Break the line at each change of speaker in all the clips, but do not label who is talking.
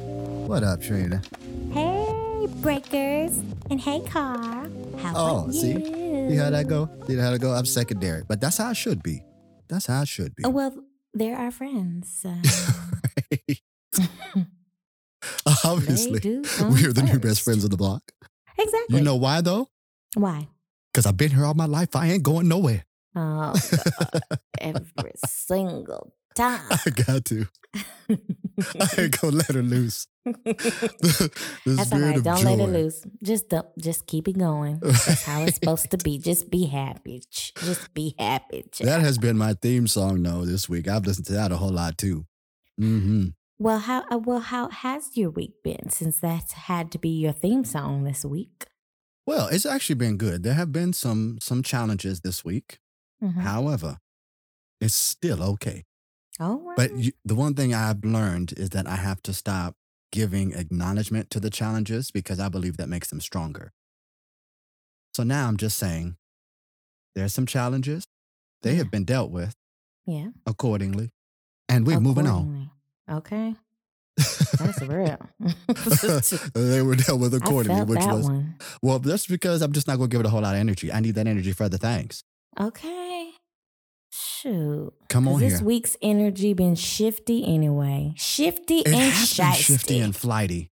What up, Trina?
Hey, Breakers. And hey, Car. How
Oh,
are you?
see? See how that go? See how that go? I'm secondary, but that's how I should be. That's how I should be.
Oh, well, they're our friends. So
Obviously,
they do come
we are the new best
first.
friends on the block.
Exactly.
You know why though?
Why?
Because I've been here all my life. I ain't going nowhere.
Oh, God. every single time.
I got to. I ain't gonna let her loose. the the
That's all
spirit
right.
of
Don't
joy.
let it loose. Just don't, just keep it going. That's how it's supposed to be. Just be happy. Ch- Just be happy. child.
That has been my theme song though this week. I've listened to that a whole lot too. hmm
well, how uh, well how has your week been since that's had to be your theme song this week?
Well, it's actually been good. There have been some some challenges this week.
Mhm.
However, it's still okay.
All right.
But you, the one thing I've learned is that I have to stop giving acknowledgement to the challenges because I believe that makes them stronger. So now I'm just saying there's some challenges. They have
Yeah.
been dealt with
yeah,
accordingly, and we're moving on.
accordingly. Okay, that's real.
they were dealt with
I felt
accordingly,
that
which was
one.
well. That's because I'm just not going to give it a whole lot of energy. I need that energy for other things.
Okay, shoot.
Come
'Cause
on
this
here.
week's energy been shifty anyway. Shifty
It
and
has been shifty
shisty.
and flighty.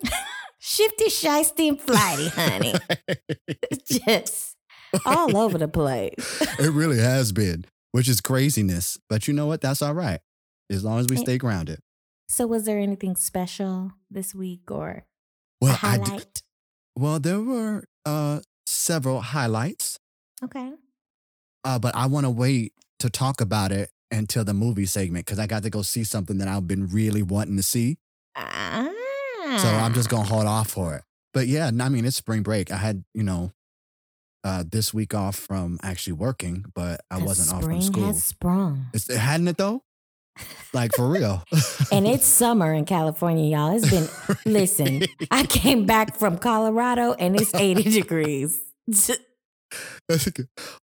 shifty, shisty, and flighty, honey. just all over the place.
it really has been, which is craziness. But you know what? That's all right. As long as we
It-
stay grounded.
So, was there anything special this week or a
Well, I d-
highlight?
well, there were uh, several highlights,
okay.
uh, but I want to wait to talk about it until the movie segment because I got to go see something that I've been really wanting to see.
Ah.
So I'm just gonna hold off for it. But yeah, n- I mean, it's spring break. I had you know uh, this week off from actually working, but I
The
wasn't off
spring
from school.
has sprung.
It's, hadn't it though? Like for real.
and it's summer in California, y'all. It's been, listen, I came back from Colorado and it's 80 degrees.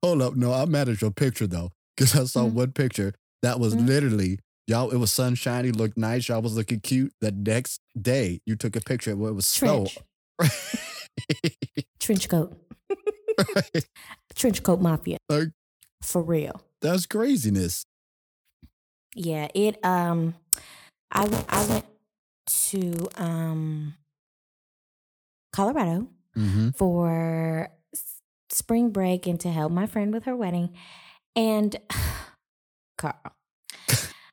Hold up. No, I'm mad at your picture though. Because I saw
Mm.
one picture that was
Mm.
literally, y'all, it was sunshiny, looked nice. Y'all was looking cute. The next day, you took a picture where it was snow.
Trench. Trench coat. Trench coat mafia.
Like-
For real.
That's craziness.
Yeah, it um I w- I went to um Colorado
Mm-hmm.
for s- spring break and to help my friend with her wedding and Carl.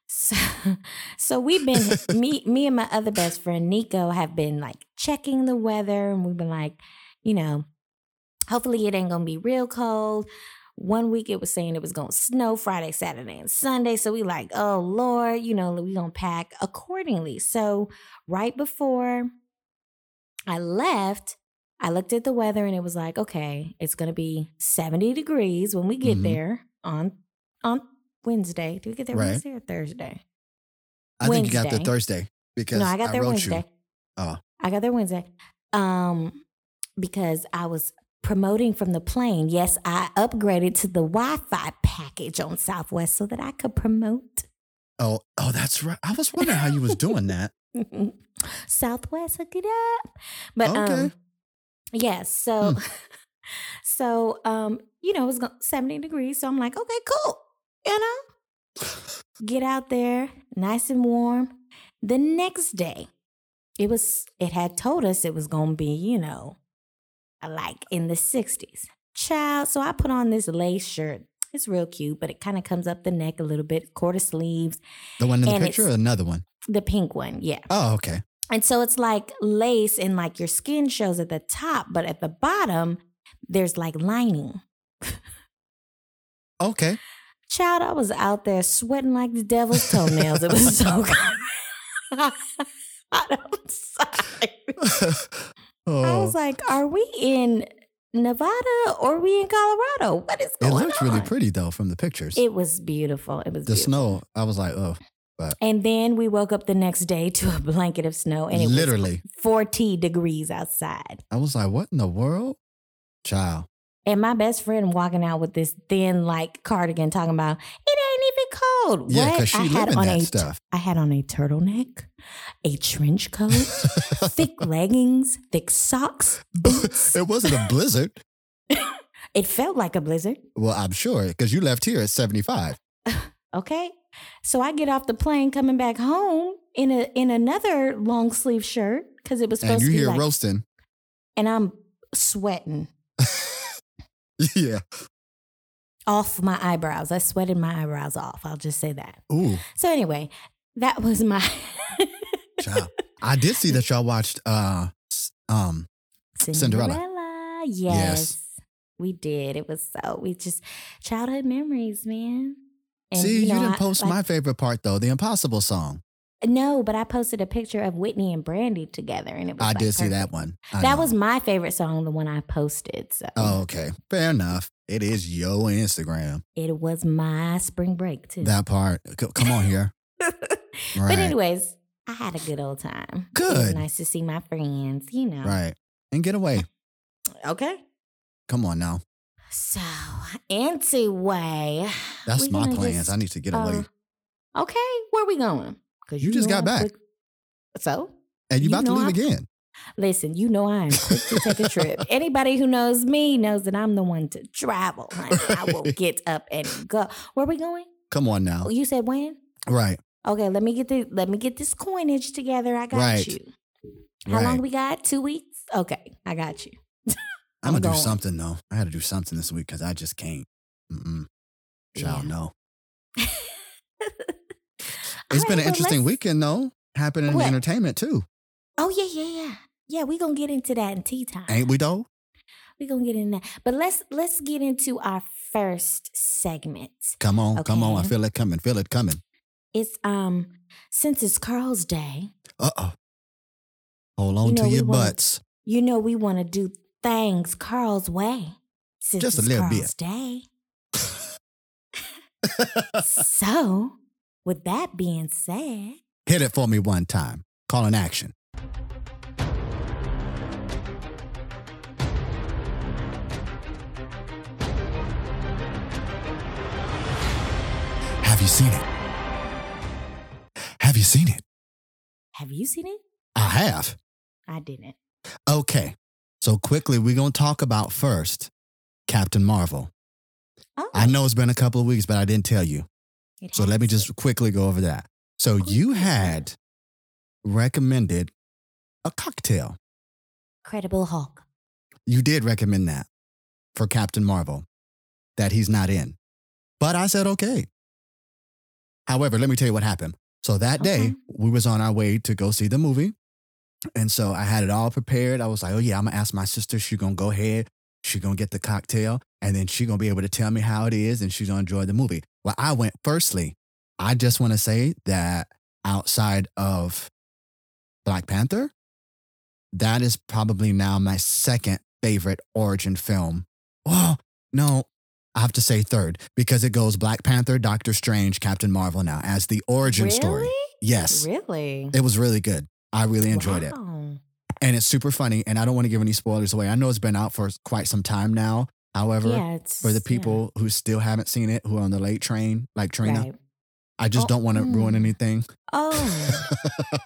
So, so we've been me me and my other best friend Nico have been like checking the weather and we've been like, you know, hopefully it ain't going to be real cold. One week it was saying it was going to snow Friday, Saturday, and Sunday. So we like, oh Lord, you know, we going to pack accordingly. So right before I left, I looked at the weather and it was like, okay, it's going to be 70 degrees when we get
Mhm.
there on on Wednesday. Do we get there
Right.
Wednesday or Thursday?
I think you got there
Wednesday.
Thursday because
No, I got there
wrote
Wednesday.
Oh.
I got there Wednesday. Um, because I was promoting from the plane. Yes, I upgraded to the Wi-Fi package on Southwest so that I could promote
You. Oh, oh, that's right. I was wondering how you was doing that.
Southwest. Hook it up. But
Okay.
um, yeah. So, so um, you know, it was go- seventy degrees. So I'm like, okay, cool. You know, get out there, nice and warm. The next day, it was it had told us it was gonna be, you know, like in the 60s. Child, so I put on this lace shirt. It's real cute, but it kind of comes up the neck a little bit, quarter sleeves,
The one in the
And
picture or
it's-
another one?
the pink one, yeah.
Oh, okay.
And so it's like lace and like your skin shows at the top, but at the bottom, there's like lining.
Okay.
Child, I was out there sweating like the devil's toenails. It was so good. I'm sorry. I
oh,
was like, are we in Nevada or are we in Colorado? What is
it
going
looked really
on?
pretty though from the pictures.
It was beautiful. It was
the
beautiful.
snow, I was like, oh,
And then we woke up the next day to a blanket of snow and it
literally.
was 40 degrees outside.
I was like, what in the world? Child.
And my best friend walking out with this thin like cardigan talking about it ain't even cold.
Yeah,
what?
because she
I
live
had
in
on
that
a
stuff.
I had on a turtleneck, a trench coat, thick leggings, thick socks, boots.
it wasn't a blizzard.
It felt like a blizzard.
Well, I'm sure because you left here at 75.
Okay. So I get off the plane coming back home in a in another long sleeve shirt because it was
and
supposed
you
to be
hear
like,
roasting.
and I'm sweating
yeah.
off my eyebrows. I sweated my eyebrows off. I'll just say that.
Ooh,
So anyway, that was my
child. I did see that y'all watched uh s- um Cinderella.
Cinderella. Yes, we did. It was so we just childhood memories, man.
See, you,
know,
didn't
I-
post
like-
my favorite part though, the impossible song.
No, but I posted a picture of Whitney and Brandy together, and it was.
I
like,
did see that
perfect.
one. I
That
know.
was my favorite song, the one I posted. So
Oh, okay. Fair enough. It is your Instagram.
it was my spring break too.
That part. C- Come on here. Right.
But anyways, I had a good old time. It was
Good.
nice to see my friends. You know.
Right. And get away.
Okay.
Come on now.
So anyway,
That's
we're
my
gonna
plans.
just,
I need to get away.
uh, okay, where we going? Because
You just got back.
so
And you
you
about to
know
leave
I-
again.
listen, you know I am quick to take a trip. Anybody who knows me knows that I'm the one to travel. honey. I will
Right.
get up and go. Where we going? Oh,
Come on now.
You said when?
Right.
Okay, let me get the let me get this coinage together. I got
Right.
you. How long
Right.
we got? Two weeks. Okay, I got you.
I'm gonna
I'm
do
going.
something though. I had to do something this week because I just can't. Mm-mm. Child,
Yeah.
no.
All
It's
right,
been an
well,
interesting
let's-
weekend though. Happening in the
What?
entertainment too,
Oh yeah, yeah, yeah, yeah. We gonna get into that in tea time.
ain't we though?
We gonna get into that, but let's let's get into our first segment.
Come on, come on. I
Okay.
feel it coming. Feel it coming.
It's um since it's Carl's day,
Uh oh. Hold on
know,
to
we
your
wanna-
butts.
you know we want to do things Carl's way. Since
Just a
it's
little bit.
Carl's day. so, with that being said,
Hit it for me one time. Call an action. Have you seen it? Have you seen it?
have you seen it?
I have.
I didn't.
Okay. So quickly, we're going to talk about first Captain Marvel.
Oh,
I know it's been a couple of weeks, but I didn't tell you.
it
So let me
has.
just quickly go over that. So you had recommended a cocktail.
Credible Hulk.
You did recommend that for Captain Marvel that he's not in. But I said okay. However, let me tell you what happened. So that day,
Okay.
we was on our way to go see the movie. And so I had it all prepared. I was like, "Oh yeah, I'm going to ask my sister, she going to go ahead, she going to get the cocktail, and then she going to be able to tell me how it is and she's going to enjoy the movie." Well, I went firstly, I just want to say that outside of Black Panther, that is probably now my second favorite origin film. Well, no, I have to say third because it goes Black Panther, Doctor Strange, Captain Marvel now as the origin
really?
story. Yes,
Really?
it was really good. I really enjoyed it.
Wow.
And it's super funny. And I don't want to give any spoilers away. I know it's been out for quite some time now. However,
yeah, it's,
for the
yeah.
people who still haven't seen it, who are on the late train, like Trina,
Right.
I just
Oh,
don't want to ruin
mm.
anything.
Oh,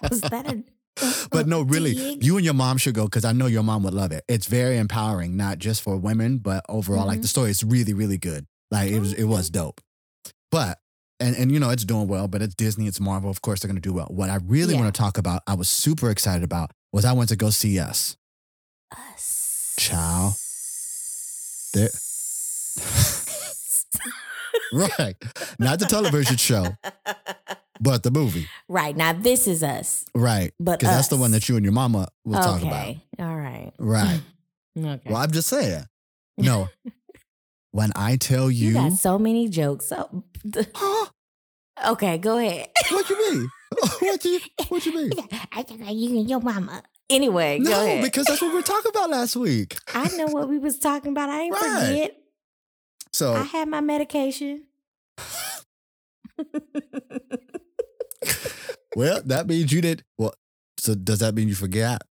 was that a
but no, really,
dig?
you and your mom should go because I know your mom would love it. It's very empowering, not just for women, but overall, like
Mhm.
the story is really, really good. Like it was, it was dope. But and and you know, it's doing well. But it's Disney, it's Marvel. Of course, they're gonna do well. What I really
Yeah.
want to talk about, I was super excited about, was I went to go see Us.
us?
Child. There- Right, not the television show, but the movie.
right now, this is us,
Right,
but
because that's the one that you and your mama will
okay.
talk about.
All right,
Right.
okay.
Well, I'm just saying. No, when I tell
you,
you,
got so many jokes. So,
Huh?
okay, go ahead.
What you mean? what you What you mean?
I just like you and your mama. Anyway, go
No,
ahead.
because that's what we were talking about last week.
I know what we was talking about. I didn't
Right. Oh.
forget. I
So
had my medication.
well, that means you did. Well, so does that mean you forgot?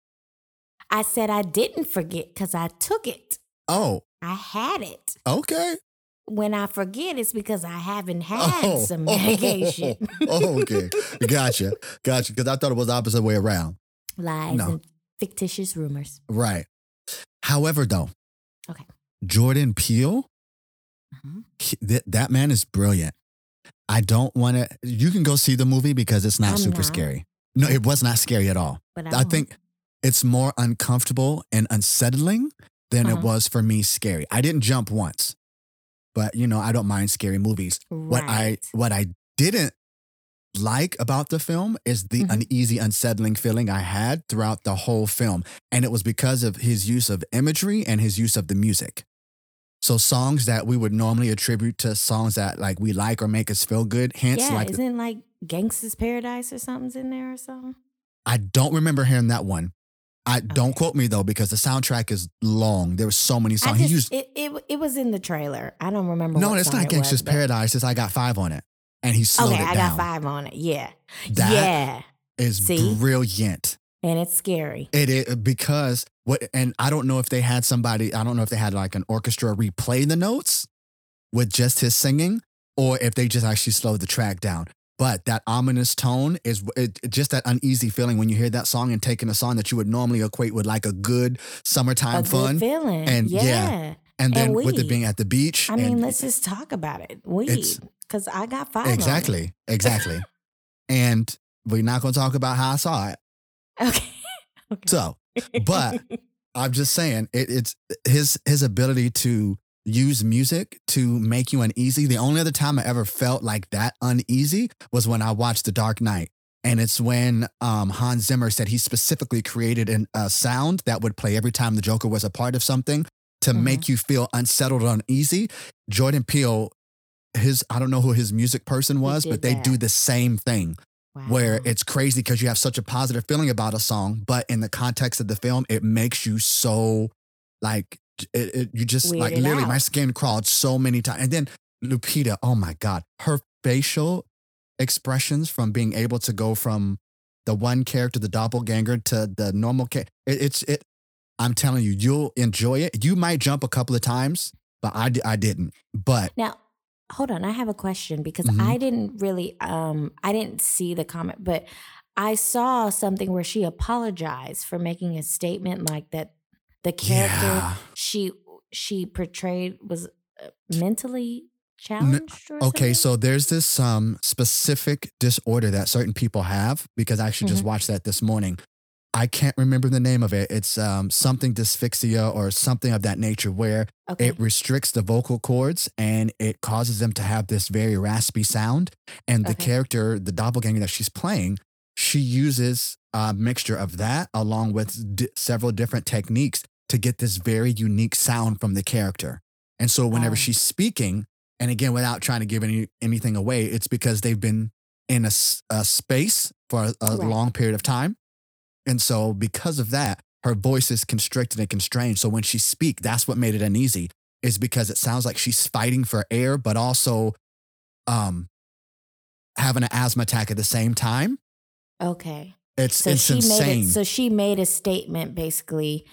I said I didn't forget because I took it.
Oh,
I had it.
okay.
when I forget, it's because I haven't had some medication.
Oh, oh, okay. Gotcha. Gotcha. Because I thought it was the opposite way around.
Lies
No.
and fictitious rumors.
Right. However, though,
Okay.
Jordan Peele,
Uh-huh.
he- that- that man is brilliant. I don't want to, you can go see the movie because it's not
I'm
super
not.
scary. No, it was not scary at all.
But
I
won't.
think it's more uncomfortable and unsettling than
Uh-huh.
it was for me scary. I didn't jump once, but you know, I don't mind scary movies. What I
Right.
what I didn't like about the film is the
Mhm.
uneasy, unsettling feeling I had throughout the whole film. And it was because of his use of imagery and his use of the music. So songs that we would normally attribute to songs that like we like or make us feel good, hence
yeah,
like the-
isn't like Gangsta's Paradise or something's in there or something?
I don't remember hearing that one. I don't
Okay.
quote me though because the soundtrack is long. There were so many
I
songs.
just,
he used
it, it it was in the trailer. I don't remember.
no,
what
it's
song
not
it was,
Gangsta's
but-
Paradise. It's I got five on it, and he slowed
Okay,
it
I
down.
got five on it. Yeah,
That
yeah,
is
See?
brilliant.
and it's scary.
It is because what, and I don't know if they had somebody. I don't know if they had like an orchestra replay the notes with just his singing, or if they just actually slowed the track down. But that ominous tone is it, it- just that uneasy feeling when you hear that song and taking a song that you would normally equate with like a good summertime
a good
fun.
feeling.
and yeah,
yeah,
and then
And
with it
weed.
being at the beach.
I mean,
and-
let's just talk about it. Weed,
It's-
because I got five. on it.
exactly, exactly. and we're not going to talk about how I saw it.
Okay. okay.
So but- I'm just saying, it, it's his his ability to use music to make you uneasy. The only other time I ever felt like that uneasy was when I watched The Dark Knight. And it's when um, Hans Zimmer said he specifically created an, a sound that would play every time the Joker was a part of something to
Mhm.
make you feel unsettled or uneasy. Jordan Peele, his I don't know who his music person was,
did
but they
that.
do the same thing
Wow.
where it's crazy because you have such a positive feeling about a song, but in the context of the film, it makes you so like it, it- you just like
Weirded
literally my
out.
skin crawled so many times. And then Lupita, oh my god, her facial expressions from being able to go from the one character, the doppelganger, to the normal character. It, it's it. I'm telling you, you'll enjoy it. You might jump a couple of times, but I, di- I didn't. But
now. Hold on, I have a question because
Mhm.
I didn't really, um, I didn't see the comment, but I saw something where she apologized for making a statement like that. The character
yeah,
she she portrayed was uh, mentally challenged. or
uh, Okay,
something?
so there's this um, specific disorder that certain people have because I actually
Mm-hmm.
just watched that this morning. I can't remember the name of it. It's um, something dysphyxia or something of that nature where
okay,
it restricts the vocal cords and it causes them to have this very raspy sound. And the
Okay.
character, the doppelganger that she's playing, she uses a mixture of that along with d- several different techniques to get this very unique sound from the character. And so whenever
Wow.
she's speaking, and again, without trying to give any, anything away, it's because they've been in a, s- a space for a, a
Right.
long period of time. And so because of that, her voice is constricted and constrained. So when she speak, that's what made it uneasy is because it sounds like she's fighting for air, but also um, having an asthma attack at the same time.
okay.
It's,
So
it's
she
insane.
made it. So she made a statement basically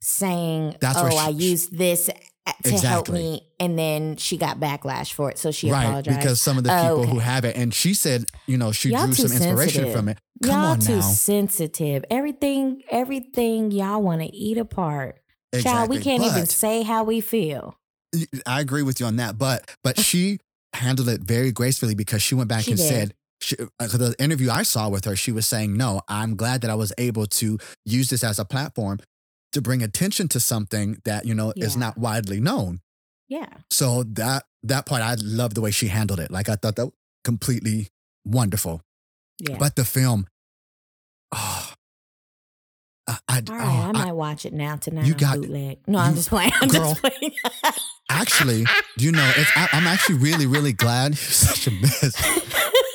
saying,
That's
"Oh,
where
I
she-
used this uh, to help
Exactly.
me," and then she got backlash for it. So she
right,
apologized.
because some of the
Oh,
people who
okay.
have it, and she said, you know, she
Y'all
drew
too
some inspiration from it. Come
y'all
on
too
now,
sensitive. Everything, everything y'all want to eat apart. Child, we can't even
But-
say how we feel.
I agree with you on that, but but she handled it very gracefully because she went back
She
and
did.
said she, uh, the interview I saw with her, she was saying, "No, I'm glad that I was able to use this as a platform to bring attention to something that you know is
Yeah.
not widely known."
Yeah.
So that that part, I love the way she handled it. Like I thought that was completely wonderful.
Yeah.
But the film, oh, I, I,
all
oh,
right, I
I-
might watch it now tonight.
You
on
got-
bootleg. No, I'm
you-
just playing. I'm just playing.
actually, you know, it's, I, I'm actually really, really glad. You're such a mess.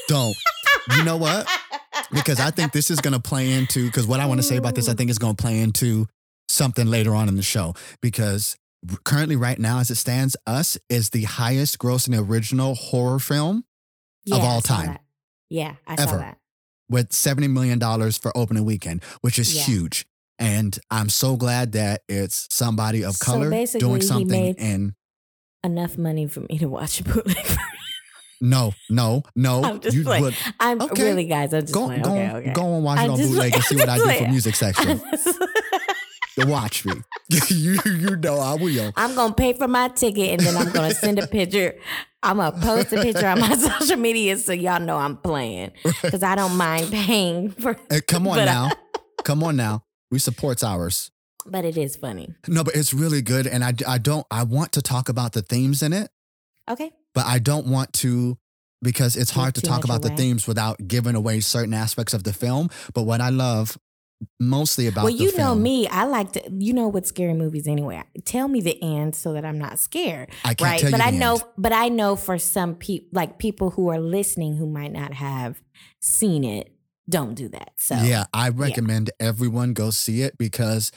Don't. You know what? because I think this is going to play into because what I want to say about this, I
Ooh.
think is going to play into something later on in the show because currently, right now, as it stands, Us is the highest grossing original horror film of all
I saw
time.
that. Yeah, I saw
Ever.
that.
with seventy million dollars for opening weekend, which is
Yeah.
huge. And I'm so glad that it's somebody of
So
color
basically,
doing
he
something
made-
and
enough money for me to watch a bootleg. version.
No, no, no.
I'm just
you
like,
would
I'm
Okay.
really, guys. I'm just
go,
like,
go,
okay,
on-
okay.
go and watch it
I'm
on
just
bootleg and
like-
see what I do for
I'm
music section. Then watch me. you you know I will.
I'm gonna pay for my ticket and then I'm gonna send a picture. I'm gonna post a picture on my social media so y'all know I'm playing because I don't mind paying for.
Eh, come on
But I-
now, come on now. We supports ours.
But it is funny.
No, but it's really good, and I I don't I want to talk about the themes in it,
Okay.
but I don't want to because it's
Give
hard to
too
talk
much
about the
away.
themes without giving away certain aspects of the film. But what I love mostly about
well,
the
you know
film-
me. I like to. You know what scary movies anyway. Tell me the end so that I'm not scared.
I can't
right
tell you
but
the
i
end.
know but i know for some people like people who are listening who might not have seen it don't do that so
yeah, I recommend everyone go see it because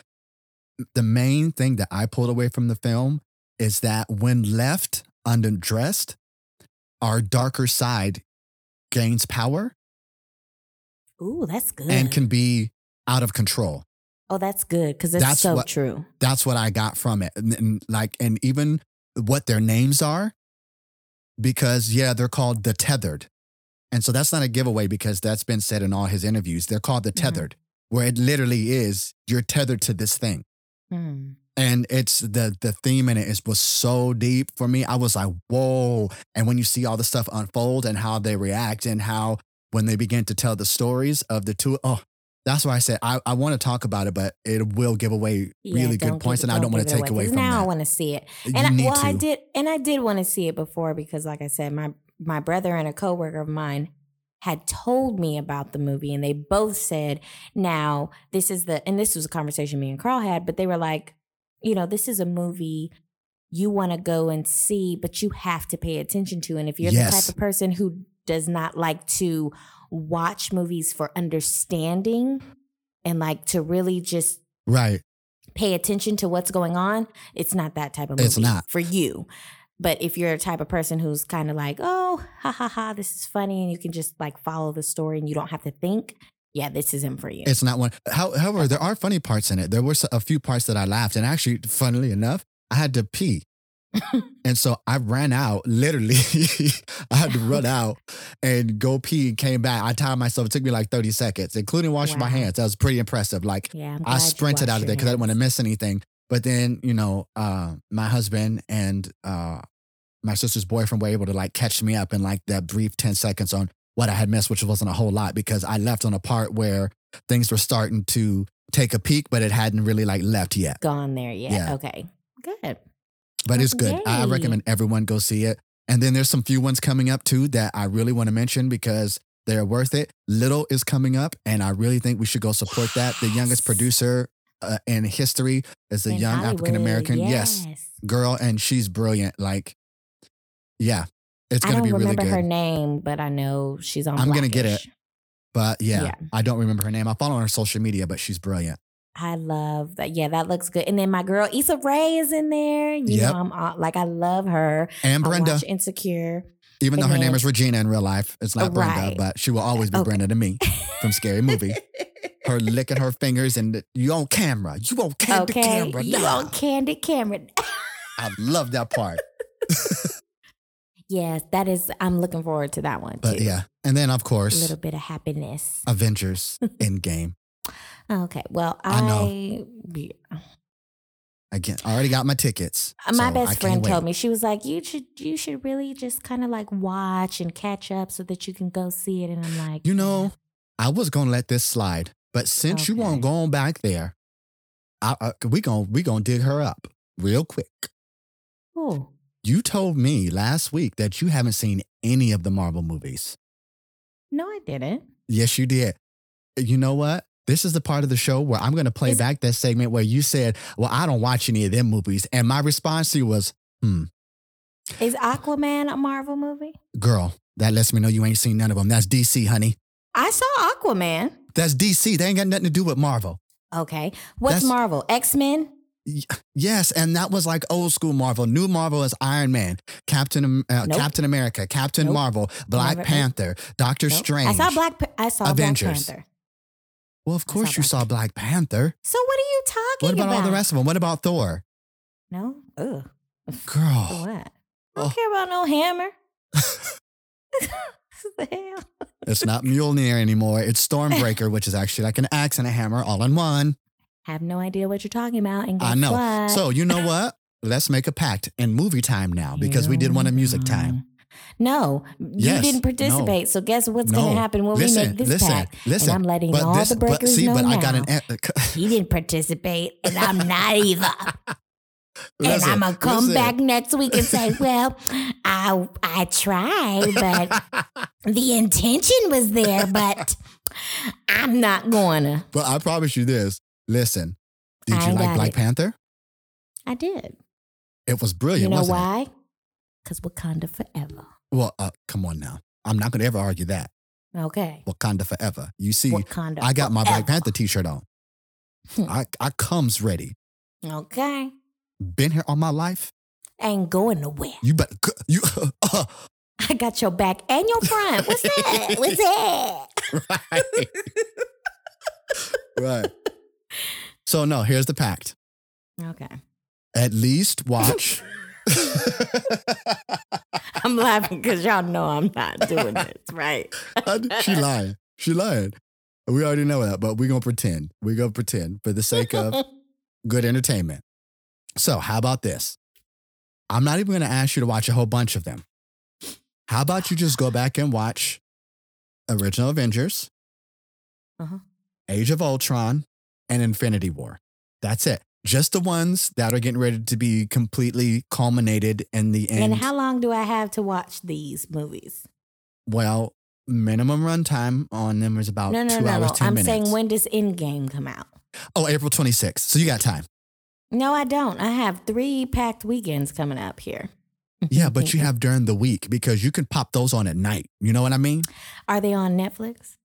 the main thing that I pulled away from the film is that when left underdressed, our darker side gains power
ooh that's good
and can be out of control.
oh that's good because it's
That's
so
what-
true
That's what I got from it. And, and like, and even what their names are, because yeah, they're called the tethered. And so that's not a giveaway because that's been said in all his interviews. They're called the
Mhm.
tethered, where it literally is you're tethered to this thing.
Hmm.
and it's the the theme in it is was so deep for me. I was like, whoa! And when you see all the stuff unfold and how they react and how when they begin to tell the stories of the two, oh, that's why I said I, I want to talk about it, but it will give away
Yeah,
really
don't
good
give-
points, and I don't want
give
to
it
take away
'cause
from
now i
that.
want to see it
You
and I,
need
well
to.
i did and i did want to see it before because like i said my my brother and a coworker of mine had told me about the movie and they both said now this is the and this was a conversation me and carl had but they were like you know this is a movie you want to go and see but you have to pay attention to and if you're the
Yes.
type of person who does not like to watch movies for understanding and like to really just
Right?
pay attention to what's going on, it's not that type of movie
It's not.
for you. But if you're a type of person who's kind of like, oh, ha ha ha, this is funny, and you can just like follow the story and you don't have to think, yeah, this isn't for you.
It's not one. How, however, there are funny parts in it. There were s- a few parts that I laughed, and actually, funnily enough, I had to pee. and so I ran out, literally. I had to run out and go pee and came back. I timed myself. It took me like 30 seconds, including washing my
Wow.
hands. That was pretty impressive. Like,
yeah, I'm glad
I
you
sprinted out
washed
of there
your
because I didn't want to
hands.
miss anything. But then, you know, uh, my husband and uh, my sister's boyfriend were able to like catch me up in like that brief 10 seconds on what I had missed, which wasn't a whole lot because I left on a part where things were starting to take a peek, but it hadn't really like left yet.
Gone there yet?
Yeah.
Okay, good.
But it's good. I I
Yay.
recommend everyone go see it. And then there's some few ones coming up too that I really want to mention because they're worth it. Little is coming up, and I really think we should go support that. The youngest
Yes.
producer uh, in history is a
In
young
Hollywood,
African American. Yes, girl, and she's brilliant. Like, yeah, it's
I
gonna
don't
be really
remember
good.
her name, but I know she's on.
I'm gonna get
Black-ish.
But yeah,
Yeah.
I don't remember her name. I follow her on social media, but she's brilliant.
I love that. Yeah, that looks good. And then my girl Issa Rae is in there. You
Yep.
know, I'm all, like, I love her.
And
I
Brenda,
watch Insecure.
even though her name
Amen.
is Regina in real life, it's not Brenda,
Right.
but she will always be
Okay.
Brenda to me from Scary Movie. her licking her fingers and the- you on camera. You on cam- the
okay,
camera
you
now.
on Candid Camera.
I love that part.
yes, that is. I'm looking forward to that one
But
too.
yeah. And then of
a
course
little bit of happiness.
Avengers Endgame.
Okay, well,
I
I,
know.
yeah.
Again, I already got my tickets.
Uh, my
so I
best friend
can't wait.
told me she was like, you should you should really just kind of like watch and catch up so that you can go see it. And I'm like,
You know, I was gonna let this slide, but since you won't
Okay.
go on back there, I, I, we gonna we gonna dig her up real quick.
oh,
You told me last week that you haven't seen any of the Marvel movies.
no, I didn't.
Yes, you did. You know what? This is the part of the show where I'm going to play
Is-
back that segment where you said, Well, I don't watch any of them movies. And my response to you was,
Is Aquaman a Marvel movie?
Girl, that lets me know you ain't seen none of them. That's DC, honey.
I saw Aquaman.
That's DC. They ain't got nothing to do with Marvel.
Okay, what's
That's-
Marvel? X Men.
Yes, and that was like old school Marvel. New Marvel is Iron Man, Captain Am- uh,
Nope.
Captain America, Captain
Nope.
Marvel, Black
Never-
Panther, Doctor
Nope.
Strange.
I saw Black. Pa- I saw
Avengers.
Black Panther.
well, of
I saw
course you
Black
saw Black Panther.
So what are you talking
What about, all the rest of them? What about Thor?
No. Ugh.
Girl.
What? I
Oh.
don't care about no hammer. the hell?
It's not Mjolnir anymore. It's Stormbreaker, which is actually like an axe and a hammer all in one.
Have no idea what you're talking about. And
I
guess
know.
What?
So, you know what? Let's make a pact in movie time now because we did one in music time.
Mm. No, you
Yes,
didn't participate. So guess what's going
No.
to happen when we
listen,
make this
listen,
pact?
listen.
and I'm letting all the breakers
but see,
know
but
now.
I got an. e,
he didn't participate, and I'm not either.
Listen,
and I'm gonna come
listen.
back next week and say, "Well, I I tried, but the intention was there, but I'm not gonna."
But I promise you this. Listen, did
I
you like
got
Black
it.
Panther?
I did.
Oh, It was brilliant,
you know
wasn't
why? Because Wakanda forever.
it? Well, uh, come on now. I'm not going to ever argue that.
Okay.
Wakanda forever. You see,
Wakanda.
I got my Black
forever.
Panther t-shirt on.
Hmm.
I, I comes ready.
Okay.
Been here all my life.
Ain't going nowhere.
You better you
I got your back and your front. What's that? What's that?
right. right. So no, here's the pact.
Okay.
At least watch.
I'm laughing because y'all know I'm not doing this, right?
she lying. She lying. We already know that, but we're gonna pretend. We're gonna pretend for the sake of good entertainment. So, how about this? I'm not even going to ask you to watch a whole bunch of them. How about you just go back and watch Original Avengers,
Uh-huh.
Age of Ultron, and Infinity War? That's it. Just the ones that are getting ready to be completely culminated in the end.
and how long do I have to watch these movies?
well, minimum runtime on them is about
no, no,
two
no,
hours,
no.
10
I'm
minutes.
saying when does Endgame come out?
oh, April 26th. So you got time.
No, I don't. I have three packed weekends coming up here.
Yeah, but you have during the week because you can pop those on at night. You know what I mean?
Are they on Netflix?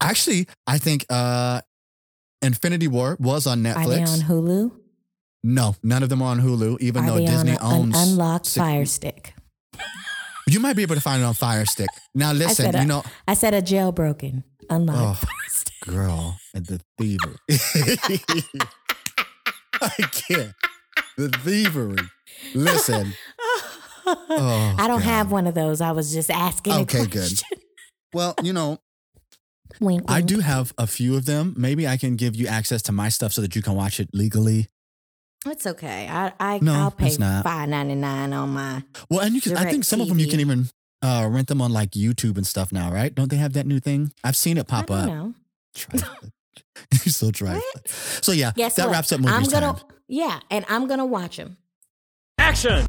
Actually, I think uh Infinity War was on
Are they
Netflix.
on Hulu?
no, none of them are on Hulu, even
Are
though
they
Disney
on a- an
owns.
unlocked
six-
Fire Stick?
you might be able to find it on Fire Stick. Now listen,
said
you
a-
know,
I said a jailbroken unlocked
Oh.
Fire Stick.
girl, the thievery. I can't. The thievery. Listen. Oh,
I don't
God.
have one of those. I was just asking.
Okay,
Okay,
good.
good.
Well, you know,
wink,
I
wink.
do have a few of them. Maybe I can give you access to my stuff so that you can watch it legally.
It's okay. I, I
No,
I'll pay
it's not.
five ninety nine on my.
Well, and you can, I
Direct
think some of them you
TV.
can even uh, rent them on like YouTube and stuff now, right? Don't they have that new thing? I've seen it pop
I don't
up.
know.
Trifling. You're so trifling.
What?
So yeah,
Guess
that
what?
wraps up movie
I'm gonna
time.
yeah, and I'm gonna watch them.
Action!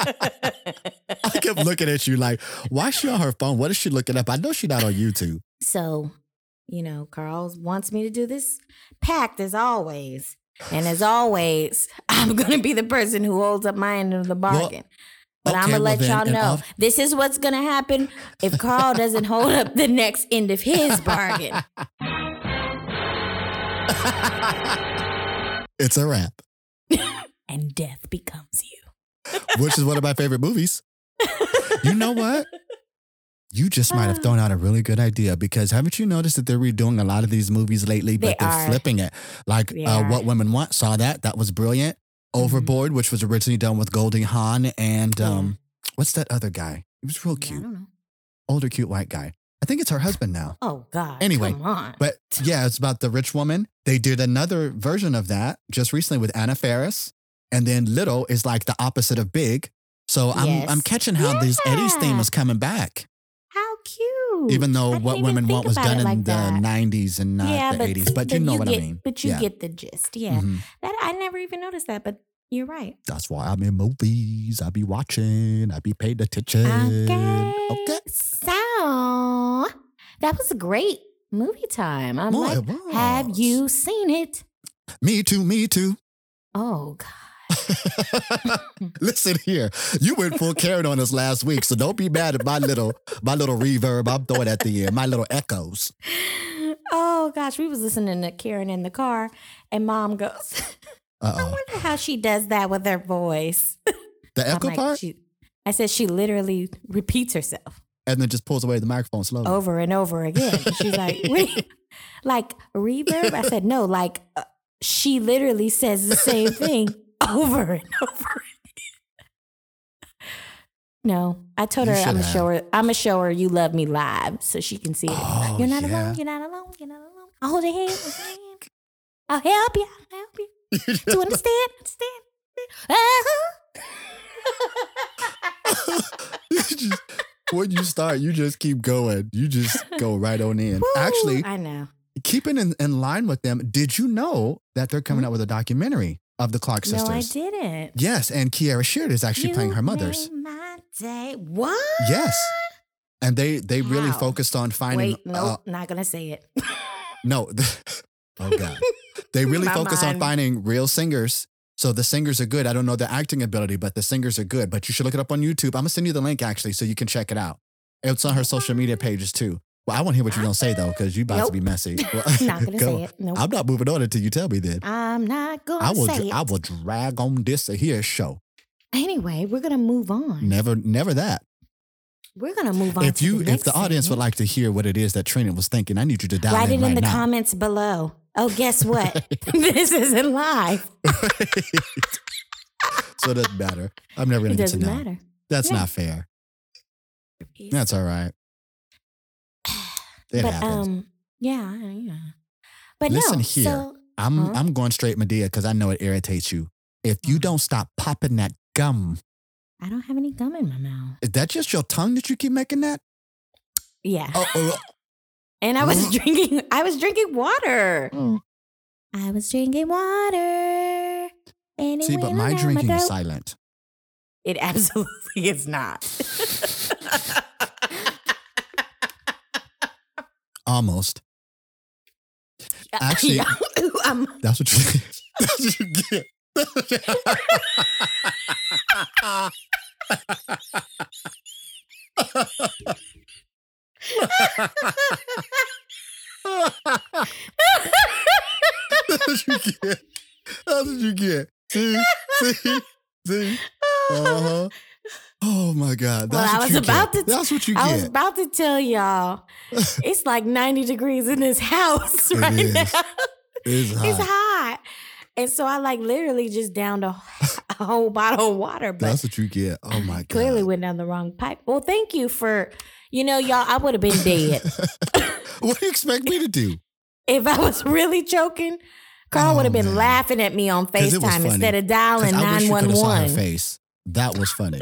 I kept looking at you like, why is she on her phone? What is she looking up? I know she's not on YouTube.
so, you know, Carl wants me to do this pact as always, and as always, I'm gonna be the person who holds up my end of the
Well,
bargain. but I'm
okay,
gonna
well
let
then,
y'all
and
know
I'll-
this is what's gonna happen if Carl doesn't hold up the next end of his bargain.
It's a wrap,
and death becomes you.
which is one of my favorite movies. You know what? You just might have thrown out a really good idea because haven't you noticed that they're redoing a lot of these movies lately, but
They
are
are.
flipping it? Like
They
uh,
are. Mm-hmm.
What Women Want, saw that. That was brilliant. Overboard, which was originally done with Goldie Hawn and
Yeah.
um, what's that other guy? He was real
Yeah, I
cute,
don't know.
older, cute white guy. I think it's her husband now.
Oh God.
Anyway,
come on.
But yeah, it's about the rich woman. They did another version of that just recently with Anna Faris. And then Little is like the opposite of Big. So I'm
Yes.
I'm catching how this Eddie's theme
Yeah.
is coming back.
How cute.
Even though
I didn't
what
even
women
think
want was
about
done
it
in
like
the
that.
90s and not the 80s. But you know what
get,
I mean.
But you
Yeah.
get the gist. Yeah.
Mhm.
That I never even noticed that, but you're right.
That's why I'm in movies. I be watching. I be paid attention.
Okay.
Okay.
So that was a great movie time. I'm
Well,
like,
it
have
was.
you seen it?
Me too. Me too.
Oh God.
Listen here, you went full Karen on us last week, so don't be mad at my little my little reverb I'm throwing at the end, my little echoes.
Oh gosh, we was listening to Karen in the car, and Mom goes,
Uh
"I
oh,
wonder how she does that with her voice."
the
I'm
echo
like,
part,
"She-" I said she literally repeats herself.
and then just pulls away the microphone slowly.
over and over again. And She's like, "Wait, like reverb? I said, no, like uh, she literally says the same thing over and over. no, I told
You
her I'm
should
gonna
have.
show her. I'm gonna show her you love me live, so she can see it.
Oh,
you're not
yeah.
alone. You're not alone. You're not alone. I'll hold your hand. I'll hold your hand. I'll help you. I'll help you. Do you understand? Understand? Uh-huh.
You just- when you start, you just keep going. You just go right on in. Actually,
Woo, I know.
keeping in, in line with them, did you know that they're coming out with a documentary of the Clark sisters?
Mm-hmm. No, I didn't.
Yes, and Kiara Sheard is actually playing
You
her mother's.
made my day. What?
Yes. And they they really
Wow.
focused on finding
Wait,
uh,
nope, not gonna say it.
no. oh god. They really
My
focus on
mind.
finding real singers. So the singers are good. I don't know their acting ability, but the singers are good. But you should look it up on YouTube. I'm gonna send you the link actually, so you can check it out. It's on her social media pages too. Well, I want to hear what you're gonna say though, because you about to
Nope.
be messy. Well,
not gonna
go.
say it. Nope.
I'm not moving on until you tell me then.
I'm not gonna
I will.
say
dr-
it.
I will drag on this here show.
Anyway, we're gonna move on.
Never, never that.
We're gonna move on.
if
to
you,
the
if
next
the audience would
segment.
like to hear what it is that Trina was thinking, I need you to dial
write it
in
in
right
the
now.
comments below. Oh, guess what? this isn't live.
so it doesn't matter. I'm never gonna
It
get to
doesn't
know.
matter.
That's
Yeah.
not fair. That's all right. It
but
happens.
um, yeah, yeah. But
Listen
no,
here.
so
I'm
huh?
I'm going straight Medea because I know it irritates you. If you
Mhm.
don't stop popping that gum,
I don't have any gum in my mouth.
is that just your tongue that you keep making that?
Yeah,
Oh, oh,
and I was drinking. I was drinking water.
oh.
I was drinking water. And it
See, but
went
my
down
drinking is
throat.
silent.
It absolutely is not.
Almost. Actually-
um,
That's what you That's what you get. That's what you get. That's what you get. See? See? See? Uh-huh. Oh my God. That's
Well, I
what
was
you
about
get.
to-
That's what you
I was
get.
about to tell y'all, it's like 90 degrees in this house
It
right
is.
now.
It's
It's
hot. hot.
hot. And so I like literally just downed a, a whole bottle of water, but
That's what you get. Oh my God.
clearly went down the wrong pipe. Well, thank you for, you know, y'all, I would have been dead.
what do you expect me to do?
if I was really choking, Carl
Oh,
would have been
man.
laughing at me on
'Cause it was
FaceTime
funny.
instead of
'Cause
dialing
I wish you could have saw her
911.
face. That was funny.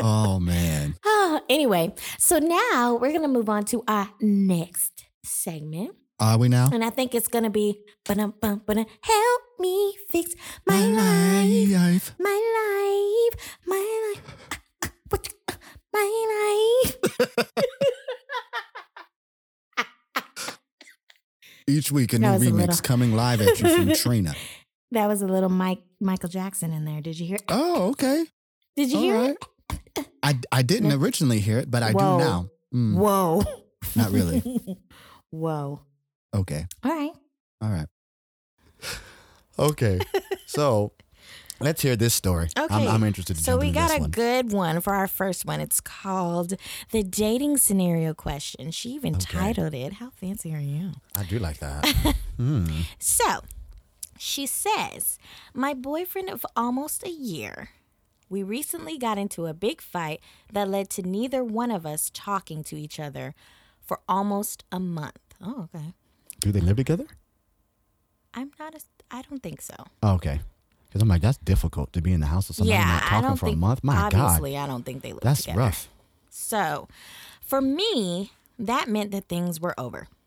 oh man.
Oh, anyway, so now we're going to move on to our next segment.
Are we now?
And I think it's going to be ba-dum, bum, ba-dum, help me fix my life,
life.
my life, my life, Ah, ah, what you- ah, my life.
Each week a new
That was a
remix
little-
coming live at you from Trina.
That was a little Mike Michael Jackson in there. Did you hear?
Oh, okay.
Did you
All
hear
right.
it?
I, I didn't originally hear it, but I do
Whoa.
now. Mm,
Whoa.
not really.
Whoa.
Okay.
All right.
All right. Okay. So let's hear this story. I'm,
Okay.
I'm interested to
So
jump
we
into
got
this
a
one.
good one for our first one. It's called the dating scenario question. She even
Okay.
titled it. How fancy are you?
I do like that. Mm.
So she says, My boyfriend of almost a year, we recently got into a big fight that led to neither one of us talking to each other for almost a month. Oh, okay.
Do they live together?
I'm not a, I don't think so.
Oh, okay. Because I'm like, that's difficult to be in the house with somebody
yeah,
not
I
talking
don't
for
think,
a month. My God,
obviously, I don't think they live
that's
together.
rough.
So, for me, that meant that things were over.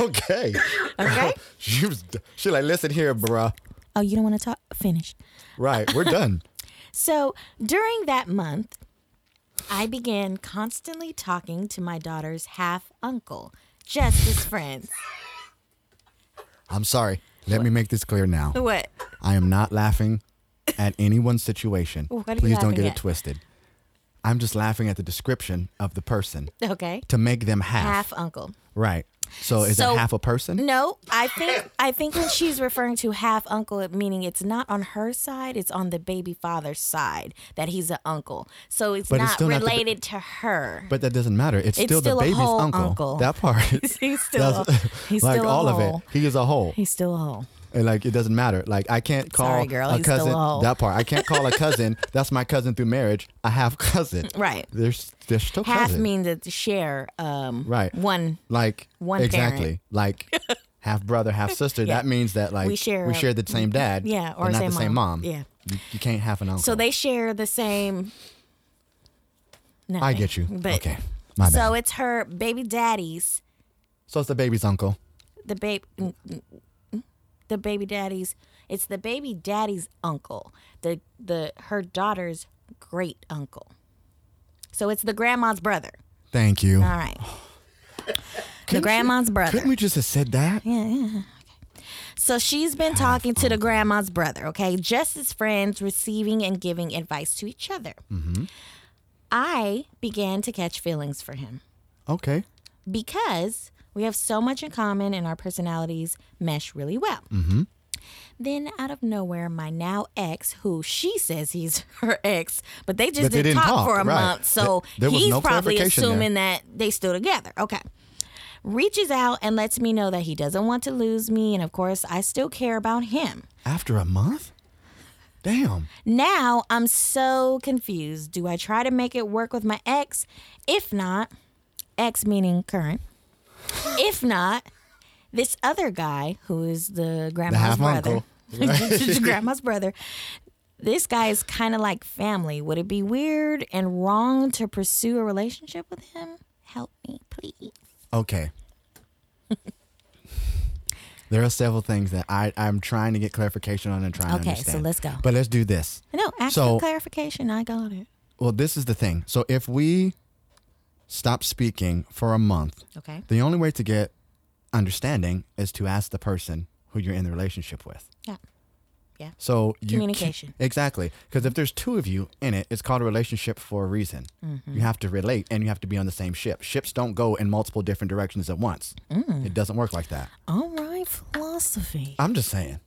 Okay.
Okay.
She was. She like, listen here, bruh.
oh, you don't want to talk? Finish.
Right, we're done.
So, during that month, I began constantly talking to my daughter's half uncle, just as friends.
I'm sorry. Let me make this clear now.
What?
I am not laughing at anyone's situation.
What are you
Please don't get
laughing
it
at?
twisted. I'm just laughing at the description of the person
Okay.
to make them half.
Half uncle.
Right. So is
So-
it half a person?
No, I think I think when she's referring to half uncle, meaning it's not on her side, it's on the baby father's side that he's an uncle. So it's
But it's
not
still not the ba-
related to her.
But that doesn't matter. It's,
It's
still,
still
the
a
baby's
whole
uncle.
uncle.
That part. is-
he's still
that's-
he's
like
still a
all
whole.
of it. He is a whole.
He's still a whole.
And like it doesn't matter. Like I can't call
Sorry, girl,
a
he's still
cousin
a hoe.
that part. I can't call a cousin. that's my cousin through marriage. A half cousin.
Right.
They're s- they're still
Half
cousins.
means it's share um
Right.
one
like
one
exactly like half brother, half sister.
Yeah.
That means that like
We share a-
the same dad.
yeah,
but
or
not
same
the same
mom.
mom.
Yeah.
You, you can't have an uncle.
So they share the same
I get you.
nothing. But
okay. My bad.
So
So,
it's her baby daddy's
it's the baby's uncle.
the babe the baby daddy's it's the baby daddy's uncle the the her daughter's great uncle so it's the grandma's brother
Thank you.
all right the grandma's brother
Couldn't we just have said that?
so she's been talking to the grandma's brother okay just as friends receiving and giving advice to each other i began to catch feelings for him
Okay.
because we have so much in common and our personalities mesh really well. Mm-hmm. Then, out of nowhere, my now ex, who she says he's her ex, but they just
But
didn't,
they didn't
talk,
talk,
for a
right.
month, so
Th- there was
he's
no
probably
clarification there.
assuming that they still together. Okay. Reaches out and lets me know that he doesn't want to lose me, and of course, I still care about him.
After a month? Damn.
Now I'm so confused. Do I try to make it work with my ex? If not, ex meaning current. If not, this other guy who is the grandma's
half
brother,
uncle.
the grandma's brother. This guy is kind of like family. Would it be weird and wrong to pursue a relationship with him? Help me, please.
Okay. there are several things that I, I'm trying to get clarification on and trying to
Okay, so
understand.
let's go.
But let's do this.
No, ask
So-
for clarification. I got it.
Well, this is the thing. So if we stop speaking for a month,
Okay.
the only way to get understanding is to ask the person who you're in the relationship with.
Yeah. Yeah.
So you can-
Communication.
exactly. Because if there's two of you in it, it's called a relationship for a reason.
Mm-hmm.
You have to relate and you have to be on the same ship. Ships don't go in multiple different directions at once.
Mm.
It doesn't work like that.
All right, philosophy.
I'm just saying.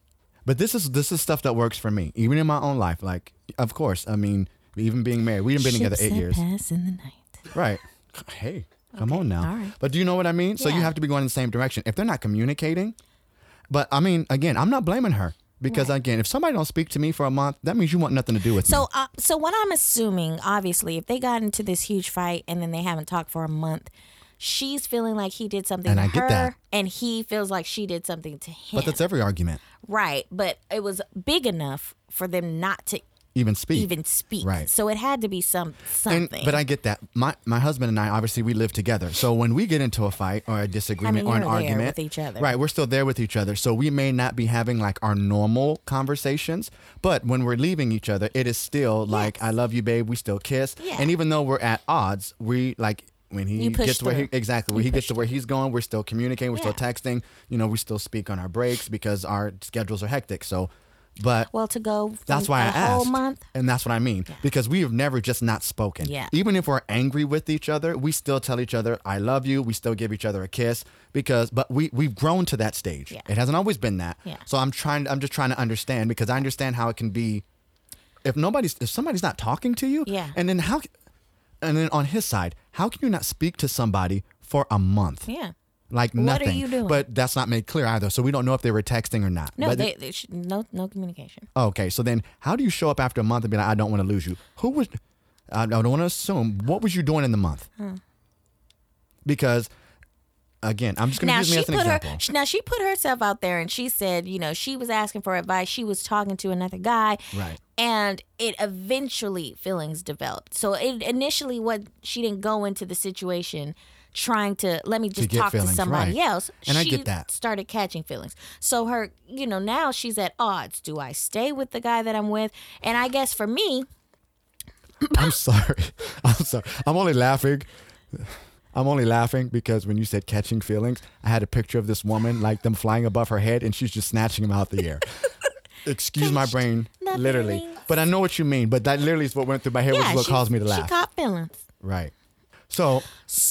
But this is this is stuff that works for me, even in my own life. Like, of course, I mean, even being married, we've been together
Ships
eight
that
years.
Pass in the night.
Right. Hey, come on now.
all right.
But do you know what I mean? So you
Yeah.
have to be going in the same direction. If they're not communicating, but I mean, again, I'm not blaming her because again, if somebody don't speak to me for a month, that means you want nothing to do with me.
So, uh, so what I'm assuming, obviously, if they got into this huge fight and then they haven't talked for a month, she's feeling like he did something
And
to
I
her,
get that.
and he feels like she did something to him.
But that's every argument,
right, but it was big enough for them not to
even speak.
even speak.
E Right.
So it had to be some
And-
something.
but I get that. My my husband and I obviously we live together. So when we get into a fight or a disagreement or an
you're there
argument
with each other.
right? We're still there with each other. So we may not be having like our normal conversations, but when we're leaving each other, it is still like I love you, babe. We still kiss,
Yeah.
and even though we're at odds, we like. When he
You push
gets to where he
through.
exactly when he gets to where he's going, we're still communicating, we're still
Yeah.
texting. You know, we still speak on our breaks because our schedules are hectic. So, but
well, to go from
that's why
a
I asked.
whole month.
And that's what I mean. Because we have never just not spoken.
Yeah.
Even if we're angry with each other, we still tell each other, I love you. We still give each other a kiss. Because but we we've grown to that stage.
Yeah.
It hasn't always been that.
Yeah.
So I'm trying I'm just trying to understand because I understand how it can be if nobody's if somebody's not talking to you,
Yeah.
and then how and then on his side, how can you not speak to somebody for a month?
Yeah.
Like
What are
nothing.
you doing?
But that's not made clear either. So we don't know if they were texting or not.
No,
But
they, they should, no, no communication.
Okay, so then how do you show up after a month and be like, I don't want to lose you? Who was, I I don't want to assume, what was you doing in the month? Because, again, I'm just going to
now
use me
she
as an
put
example.
her sh- now she put herself out there and she said you know she was asking for advice she was talking to another guy
Right.
and it eventually feelings developed so it initially what she didn't go into the situation trying to let me just
get
talk to
feelings,
somebody
right.
else
And I
she
get that.
started catching feelings so her you know now she's at odds do i stay with the guy that i'm with and i guess for me
I'm sorry. I'm sorry. I'm only laughing. I'm only laughing because when you said catching feelings, I had a picture of this woman, like them flying above her head, and she's just snatching them out the air. excuse my
Pinched
brain,
the
literally.
feelings.
But I know what you mean. But that literally is what went through my head, which is what
she-
caused me to
She
laugh.
caught feelings.
right. So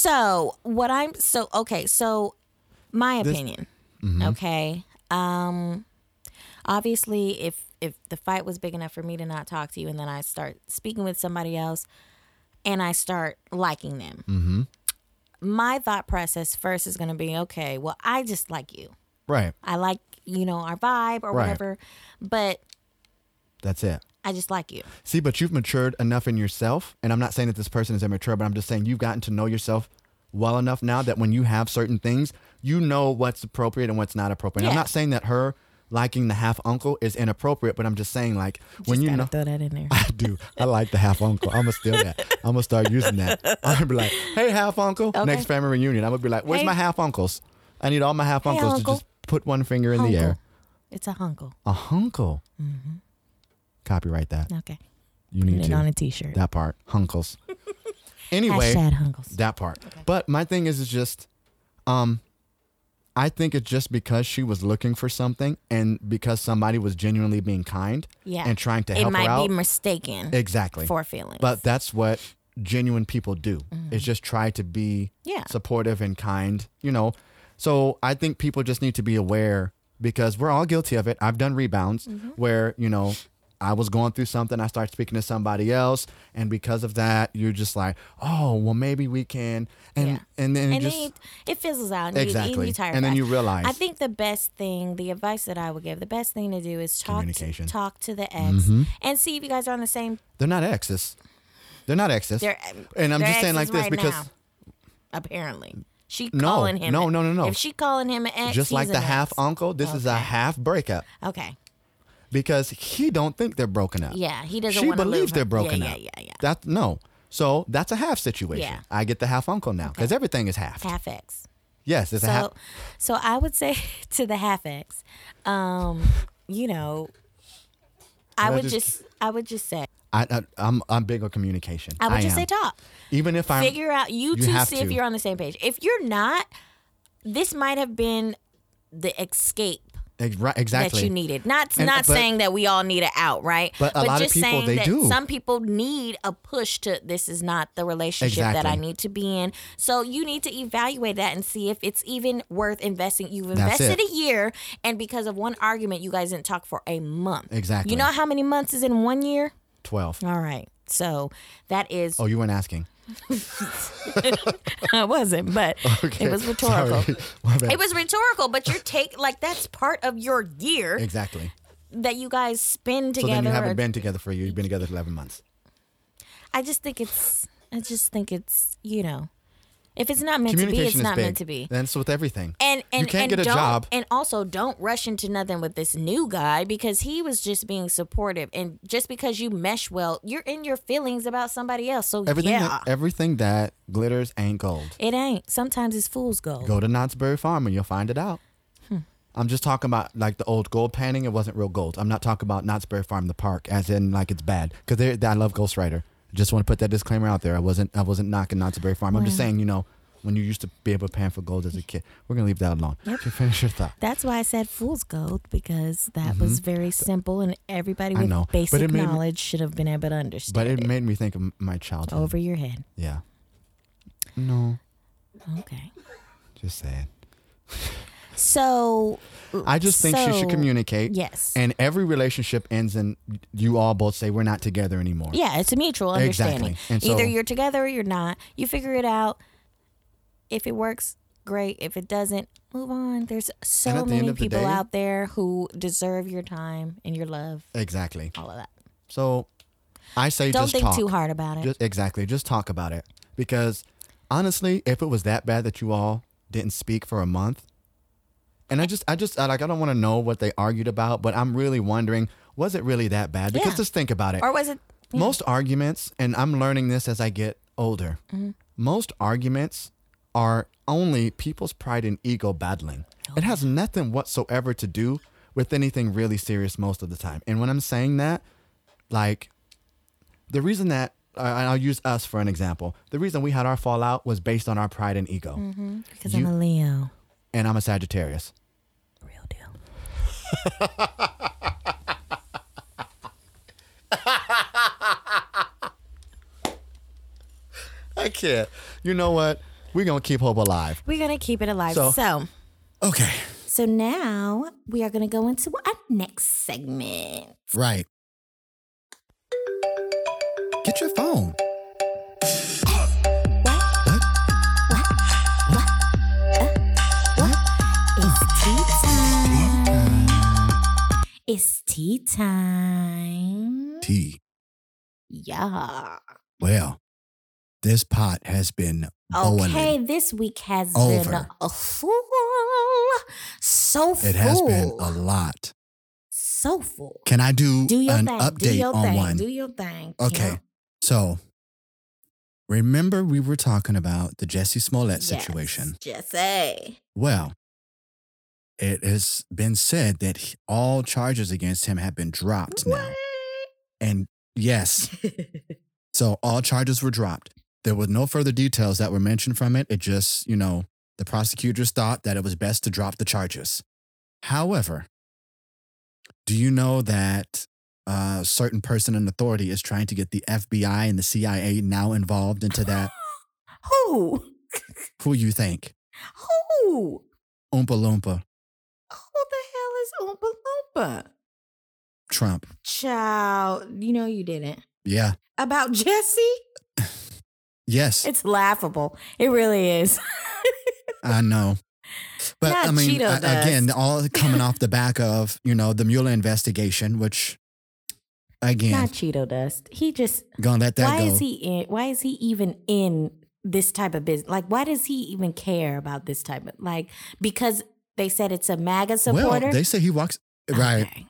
So what I'm so okay. So my opinion.
Mm-hmm.
Okay. Um. Obviously, if if the fight was big enough for me to not talk to you, and then I start speaking with somebody else, and I start liking them,
Mm-hmm.
my thought process first is going to be okay. Well, I just like you.
right,
I like you know our vibe or
Right.
whatever, but
that's it.
I just like you.
See, but you've matured enough in yourself, and I'm not saying that this person is immature, but I'm just saying you've gotten to know yourself well enough now that when you have certain things, you know what's appropriate and what's not appropriate. I'm
Yeah.
not saying that her liking the half uncle is inappropriate, but I'm just saying like when
Just
you
gotta
know
throw that in there.
I do. I like the half uncle. I'm gonna steal that. I'm gonna start using that. I'm gonna be like, hey, half uncle. Next family reunion, I'm gonna be like, where's
Hey.
my half uncles? I need all my half uncles
uncle.
to just put one finger in the
Uncle.
air.
It's a hunkle.
A hunkle.
Mm-hmm.
Copyright that.
Okay.
You
Put
need
it
to.
on a t-shirt.
that part, hunkles. anyway,
Hashtag hunkles.
that part. But my thing is, is just, um, I think it's just because she was looking for something, and because somebody was genuinely being kind
Yeah.
and trying to
it
help her
might
out.
be mistaken
exactly.
for feelings.
But that's what genuine people do. Is just try to be
Mm-hmm. Yeah.
supportive and kind, you know. So I think people just need to be aware because we're all guilty of it. I've done rebounds
Mm-hmm.
where, you know, I was going through something, I start speaking to somebody else, and because of that, you're just like, "Oh, well maybe we can." And
Yeah.
and then
and
just
then you, it fizzles out. And You,
Exactly.
and you tire
And then
fast.
you realize.
I think the best thing, the advice that I would give, the best thing to do is talk to,
Communication. Mm-hmm.
talk to the ex and see if you guys are on the same
they're not exes. They're not exes.
They're-
and I'm
they're
just saying like
exes
this
right
because
now, apparently. She
No,
calling him.
no,
an-
no, no, no.
If she calling him an ex,
just like
he's
the
an
half
ex.
uncle, this is a
Okay.
half breakup
Okay.
because he don't think they're broken up.
Yeah, he doesn't.
she
wanna lose
believes
her.
they're broken
yeah,
up.
Yeah, yeah, yeah.
That no. So that's a half situation.
Yeah.
I get the half uncle now because everything is half.
Half ex.
Yes, it's
So,
a half.
so I would say to the half ex, um, you know, I
Can I
would
just-
just, I would just say,
I, I, I'm I'm big on communication.
I would
am.
just say talk,
Even if I'm
figure out you,
you
two,
have
see if
to.
you're on the same page. If you're not, this might have been the escape
ex- right, exactly
that you needed. Not,
And- uh,
not
but-
saying that we all need it out, right?
But a lot of
just
people,
saying
they
that
do.
Some people need a push to this is not the relationship that I
Exactly.
need to be in. So you need to evaluate that and see if it's even worth investing. You've
That's
invested
it.
a year, and because of one argument, you guys didn't talk for a month.
Exactly.
You know how many months is in one year?
twelve.
All right. So that is
Oh, you weren't asking.
I wasn't, but it was rhetorical.
Sorry. My bad.
It was rhetorical, but you're take like that's part of your year
exactly.
that you guys spend
So
together.
then you
or-
haven't been together for a year. You've been together for eleven months.
I just think it's. I just think it's. You know, if it's not meant to be,
Communication
it's
is
not
big.
meant to be.
That's with everything.
And and
you can't
and
get a
don't,
job.
And also, don't rush into nothing with this new guy because he was just being supportive. And just because you mesh well, you're in your feelings about somebody else. So
Everything
yeah,
that, everything that glitters ain't gold.
it ain't. Sometimes it's fool's gold.
Go to Knott's Berry Farm and you'll find it out.
Hmm.
I'm just talking about like the old gold painting. It wasn't real gold. I'm not talking about Knott's Berry Farm, the park, as in like it's bad. Because I love Ghost Rider. Just want to put that disclaimer out there. I wasn't I wasn't knocking Knott's Berry Farm. I'm just saying, you know, when you used to be able to pan for gold as a kid, we're gonna leave that alone. Okay, finish your thought.
That's why I said fool's gold because that was very simple and everybody
Mm-hmm. I
with
know, but
basic
it made me-
knowledge should have been able to understand.
But it
it
made me think of my childhood.
over your head.
Yeah. No,
Okay.
just saying.
So
I just think she should
So,
communicate.
yes.
And every relationship ends in you all both say we're not together anymore.
Yeah, it's a mutual understanding.
Exactly. And
Either
so-
you're together or you're not. You figure it out. If it works, great. If it doesn't, move on. There's
And
so
at the
many
end of the
people
day-
out there who deserve your time and your love,
Exactly.
all of that.
So I say
Don't
just
think
talk.
too hard about it.
Just exactly. Just talk about it. Because honestly, if it was that bad that you all didn't speak for a month, and I just I just I, like I don't want to know what they argued about, but I'm really wondering, was it really that bad? Because
Yeah.
just think about it.
or was it
Most arguments, and I'm learning this as I get older, most arguments are only people's pride and ego battling. It has nothing whatsoever to do with anything really serious most of the time. And when I'm saying that, like, the reason that, uh, and I'll use us for an example, the reason we had our fallout was based on our pride and ego.
because I'm a Leo?
And I'm a Sagittarius.
Real deal.
I can't. You know what? We're going to keep hope alive.
We're gonna keep it alive.
So-
So, so,
Okay.
now we are gonna go into our next segment.
Right. Get your phone.
What is tea time? It's tea time.
T.
Yeah.
Well, this pot has been boiling.
Okay, this week has been
Over.
a full, so full,
It has been a lot.
so full.
Can I do,
Do your
an
thing.
update
do your
on
thing.
one?
Do your thing.
Okay.
Kim.
So, remember we were talking about the Jesse Smollett
Yes,
situation.
Jesse.
Well, it has been said that he- all charges against him have been dropped now. And yes, so all charges were dropped. There was no further details that were mentioned from it. It just, you know, the prosecutors thought that it was best to drop the charges. However, do you know that a certain person in authority is trying to get the FBI and the CIA now involved into that?
Who?
Who you think?
Who?
Oompa Loompa
Who the hell is Oompa Loompa?
Trump.
Child, you know you didn't.
Yeah.
About Jesse?
Yes.
It's laughable. It really is.
I know. But
Not
I mean,
Cheeto
I- again,
dust.
all coming off the back of, you know, the Mueller investigation, which, again,
Not Cheeto dust. He just
gonna let that
why
go.
is he in why is he even in this type of business? Like why does he even care about this type of like because they said it's a MAGA supporter?
Well, they say he walks, right.
Okay.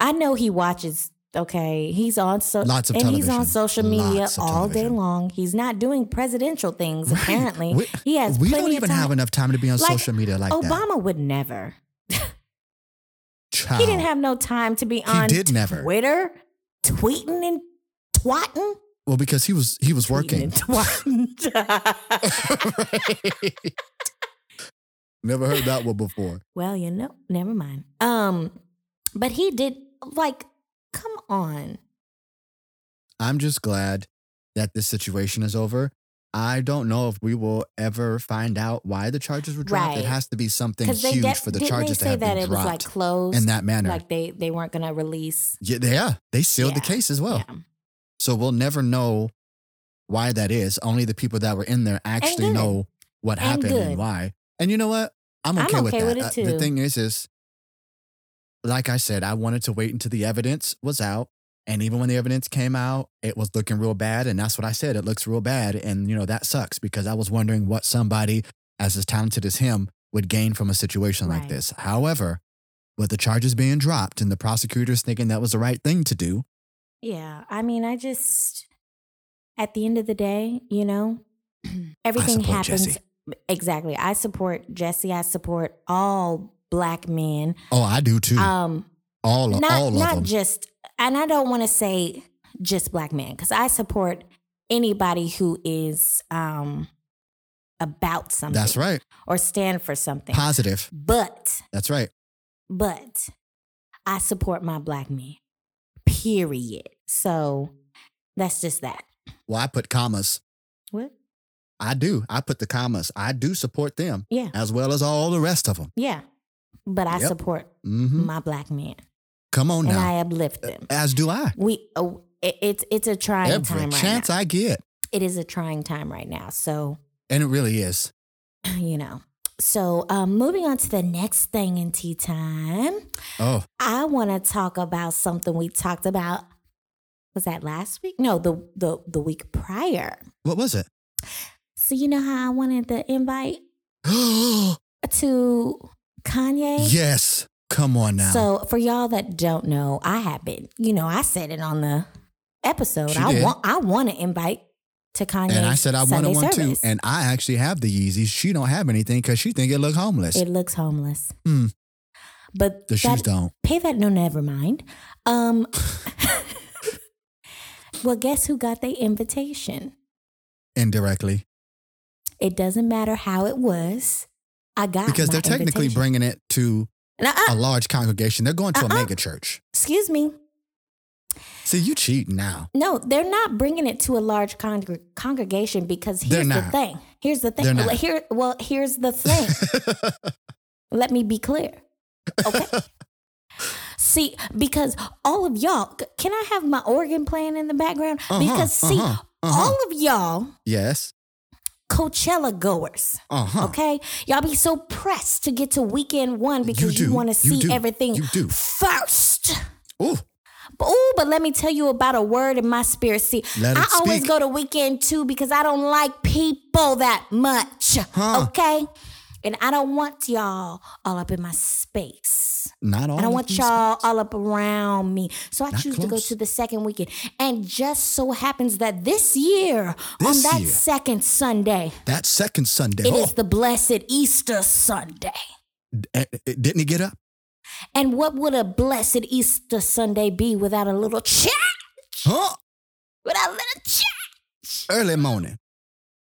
I know he watches. Okay, he's on so
Lots of
and he's
television.
on social media
Lots of
all day
television.
long. He's not doing presidential things.
Right.
Apparently,
We-
he has.
we
plenty
don't
of
even
time.
have enough time to be on
Like,
social media like that.
Obama would never.
Child.
He didn't have no time to be
He
on
did never.
Twitter, tweeting and twatting.
well, because he was he was
Tweeting
working.
and twatting.
Right. Never heard that one before.
well, you know, never mind. Um, but he did like, come on.
I'm just glad that this situation is over. I don't know if we will ever find out why the charges were dropped. It
Right.
has to be something
Because
huge
they de-
for the
didn't
charges
they
to
say
have
that
been
it was like
dropped
closed,
in that manner.
like they they weren't gonna release.
yeah, they- yeah, they sealed the
Yeah,
case as well.
Yeah.
So we'll never know why that is. Only the people that were in there actually
good.
know what
And
happened and
good.
why. And you know what? I'm
I'm
okay, with
okay
that.
with it
Uh, the
too.
thing is, is like I said, I wanted to wait until the evidence was out. And even when the evidence came out, it was looking real bad. And that's what I said. It looks real bad. And, you know, that sucks because I was wondering what somebody as as talented as him would gain from a situation like
Right.
this. However, with the charges being dropped and the prosecutors thinking that was the right thing to do,
Yeah. I mean, I just at the end of the day, you know, everything
support
happens
Jesse.
exactly. I support Jesse. I support all black men.
oh, I do too.
Um,
all,
not
all of
not
them.
just, and I don't want to say just black men because I support anybody who is um about something
That's right.
or stand for something.
Positive.
but
That's right.
but I support my black men. Period. So that's just that.
Well, I put commas.
What?
I do. I put the commas. I do support them
Yeah.
as well as all the rest of them.
Yeah. But I
Yep.
support
hmm
my black men
Come on
and
now.
I uplift them.
as do I.
We oh, it, it's it's a trying
Every
time right
chance
now.
I get.
it is a trying time right now. So,
And it really is.
you know. So, um, moving on to the next thing in tea time,
Oh,
I want to talk about something we talked about. Was that last week? No, the the the week prior.
what was it?
So you know how I wanted the invite to Kanye?
yes. Come on now.
So for y'all that don't know, I have been, you know, I said it on the episode.
She
I
did.
want I want to invite to Kanye.
and I said I wanted
Sunday
one too.
service.
And I actually have the Yeezys. She don't have anything because she think it look homeless.
it looks homeless.
Hmm.
But
the shoes
that,
don't.
pay that no never mind. Um Well, guess who got the invitation?
Indirectly.
It doesn't matter how it was. I got
Because
my
they're technically
invitation.
bringing it to a
Nuh-uh.
large congregation. They're going to a
Uh-uh.
mega church.
excuse me.
See, you cheat now.
No, they're not bringing it to a large con- congregation because
They're
here's the
not.
thing. Here's the
They're
thing.
not.
Here, well, here's the thing. Let me be clear. Okay. see, because all of y'all, c- can I have my organ playing in the background?
Uh-huh,
because see,
uh-huh, uh-huh.
all of y'all
yes.
Coachella goers.
Uh huh.
Okay, y'all be so pressed to get to weekend one because you,
do,
want to
you
see
do,
everything
you do.
first.
Ooh,
But, ooh, but let me tell you about a word in my spirit. See,
Let it
I always
speak.
go to weekend two because I don't like people that much.
Huh.
Okay. And I don't want y'all all up in my space.
not all.
I don't
of
want
these-
y'all all up around me. So I
Not
choose to go
close.
to the second weekend. And just so happens that this year,
This
on that
year.
second Sunday,
That second Sunday.
it
oh,
is the blessed Easter Sunday.
eh, eh, didn't he get up?
And what would a blessed Easter Sunday be without a little chat?
Huh?
Without a little chat?
Early morning.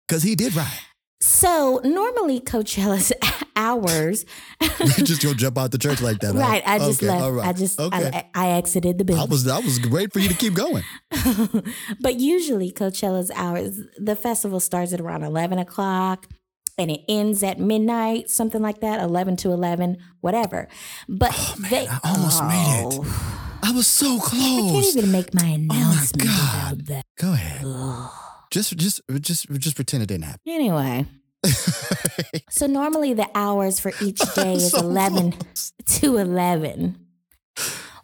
Because he did ride.
So normally Coachella's hours.
you just don't jump out the church like that. huh?
right. I just
Okay,
left.
all right.
I just
Okay.
I, I exited
I
the building.
was I was great for you to keep going.
but usually Coachella's hours, the festival starts at around eleven o'clock and it ends at midnight, something like that, eleven to eleven, whatever. But they
Oh, I almost made it.
Oh,
I was so
I
close.
can't even make my announcement
God.
without that.
Go ahead.
Ugh.
Just just just just pretend it didn't happen.
Anyway, so normally the hours for each day is
So
11
close.
to 11.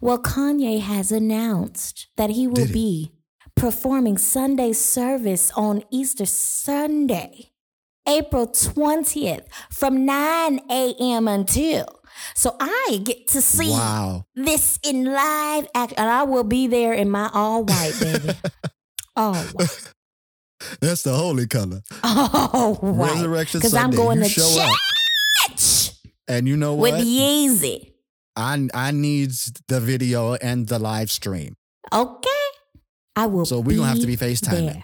Well, Kanye has announced that he will
Did he?
be performing Sunday service on Easter Sunday, April 20th from 9 a.m. until. So I get to see
Wow.
this in live action, and I will be there in my all white, baby. all white.
That's the holy color.
All white.
Resurrection
Because I'm
Sunday.
going
you
to
show up.
church
And you know
with
what?
Yeezy.
I I needs the video and the live stream.
Okay. I will.
So we're gonna have to be FaceTiming.
there.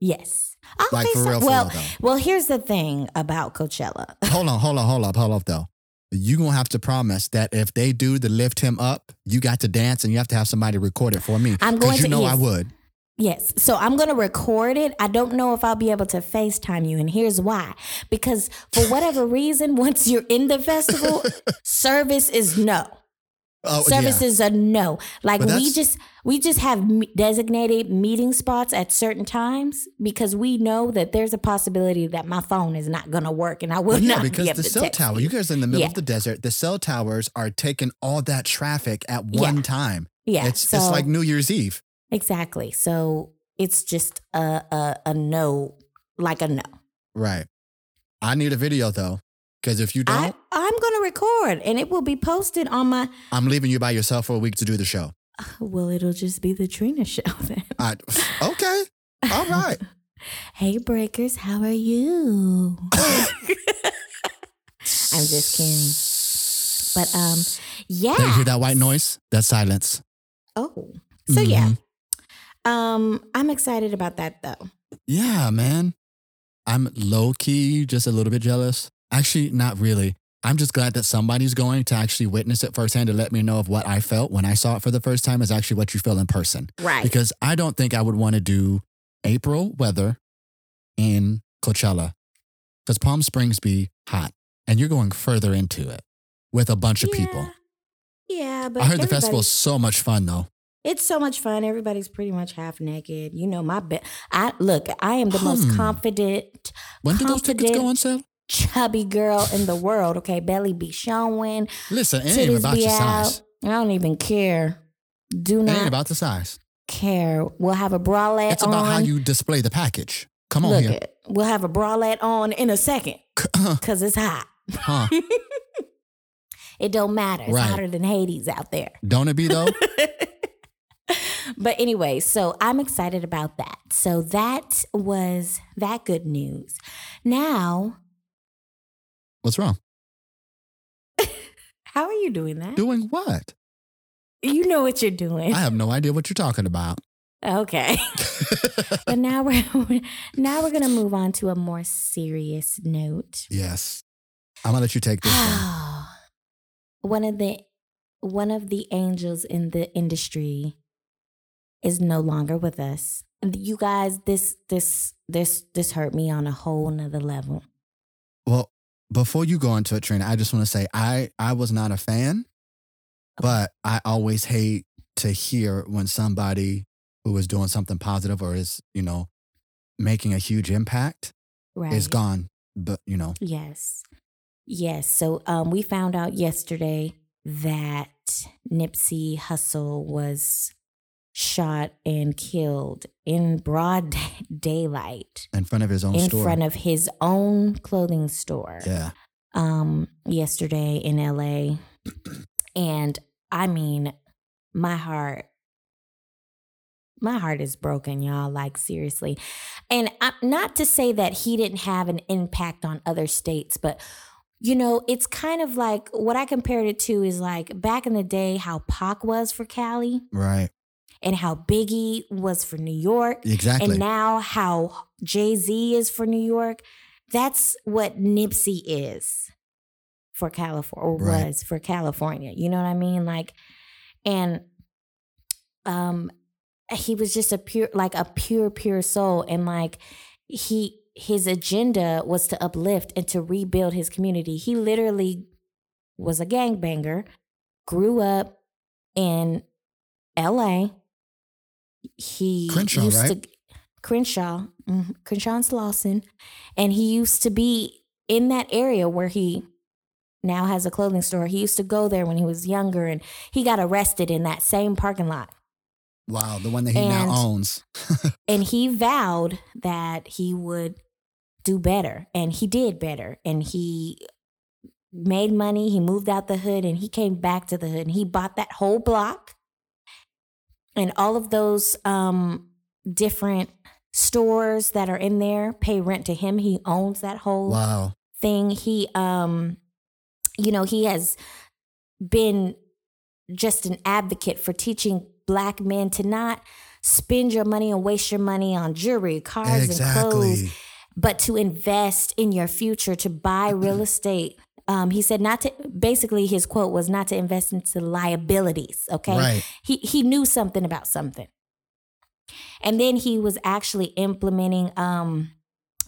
Yes. I'll
Like for real, for
well,
real,
well, here's the thing about Coachella.
Hold on, hold on, hold up, hold up though. you gonna have to promise that if they do the lift him up, you got to dance and you have to have somebody record it for me.
I'm
'Cause
going
you
to-
know I
yes.
would.
Yes. So I'm going to record it. I don't know if I'll be able to FaceTime you. And here's why. Because for whatever reason, once you're in the festival, service is no.
Oh, yeah.
Services are no. Like
But
we
that's-
just we just have me- designated meeting spots at certain times because we know that there's a possibility that my phone is not going to work and I will
Well, yeah,
not
because
be able
the
to
cell
text
tower,
you.
you guys are in the middle
Yeah.
of the desert. The cell towers are taking all that traffic at
Yeah.
one time.
Yeah,
it's
so
it's like New Year's Eve.
exactly. So it's just a a, a no, like a no.
Right. I need a video though. Because if you
I
don't,
I'm gonna record and it will be posted on my.
I, am leaving you by yourself for a week to do the show.
Well, it'll just be the Trina show then.
I, okay. All right.
Hey breakers, how are you? I'm just kidding. But um, Ah! yeah.
Did you hear that white noise? That silence.
Oh, so yeah.
Mm-hmm.
Um, I'm excited about that though.
Yeah, man. I'm low key, just a little bit jealous. Actually, not really. I'm just glad that somebody's going to actually witness it firsthand to let me know of what I felt when I saw it for the first time is actually what you feel in person.
Right.
Because I don't think I would want to do April weather in Coachella because Palm Springs be hot and you're going further into it with a bunch of people.
Yeah, but
I heard the festival
everybody-
is so much fun though.
It's so much fun. Everybody's pretty much half naked. You know my be- I look, I am the most
Hmm.
confident,
When did those tickets go on
Confident.
sale?
chubby girl in the world. Okay, belly be showing,
Listen, it ain't even
titties
about
be
your
out.
size.
I don't even care. Do
It ain't
not
about the size.
care. We'll have a bralette
It's
on.
about how you display the package. Come on
look,
here.
it, we'll have a bralette on in a second because it's hot.
huh.
It don't matter. It's
Right.
hotter than Hades out there.
Don't it be though?
But anyway, so I'm excited about that. So that was that good news. Now,
What's wrong?
how are you doing that?
Doing what?
you know what you're doing.
I have no idea what you're talking about.
okay. but now we're now we're going to move on to a more serious note.
Yes. I'm gonna let you take this one.
one of the one of the angels in the industry is no longer with us. You guys, this this this this hurt me on a whole nother level.
Well, before you go into it, Trina, I just want to say I I was not a fan, but I always hate to hear when somebody who is doing something positive or is you know making a huge impact
Right.
is gone. But you know,
Yes. Yes. So um, we found out yesterday that Nipsey Hussle was shot and killed in broad daylight
in front of his own
in
store.
front of his own clothing store
yeah,
um, yesterday in LA. And I mean, my heart, my heart is broken, y'all. Like, seriously. And I, not to say that he didn't have an impact on other states, but you know, it's kind of like what I compared it to is like back in the day, how Pac was for Cali
right,
and how Biggie was for New York
exactly.
and now how Jay Z is for New York. That's what Nipsey is for California, or
Right.
was for California. You know what I mean? Like, and um, he was just a pure, like a pure, pure soul, and like he his agenda was to uplift and to rebuild his community. He literally was a gangbanger, grew up in L.A. He
Crenshaw,
used
right?
to Crenshaw, mhm, Crenshaw and Slauson, and he used to be in that area where he now has a clothing store. He used to go there when he was younger, and he got arrested in that same parking lot.
wow, the one that he now
and-
owns.
And he vowed that he would do better, and he did better, and he made money. He moved out the hood, and he came back to the hood, and he bought that whole block and all of those um, different stores that are in there pay rent to him. He owns that whole
Wow,
thing. He um you know, he has been just an advocate for teaching black men to not spend your money and waste your money on jewelry, cars and clothes,
exactly.
but to invest in your future, to buy real estate. Um, he said not to basically his quote was not to invest into liabilities, okay?
Right.
he he knew something about something and then he was actually implementing um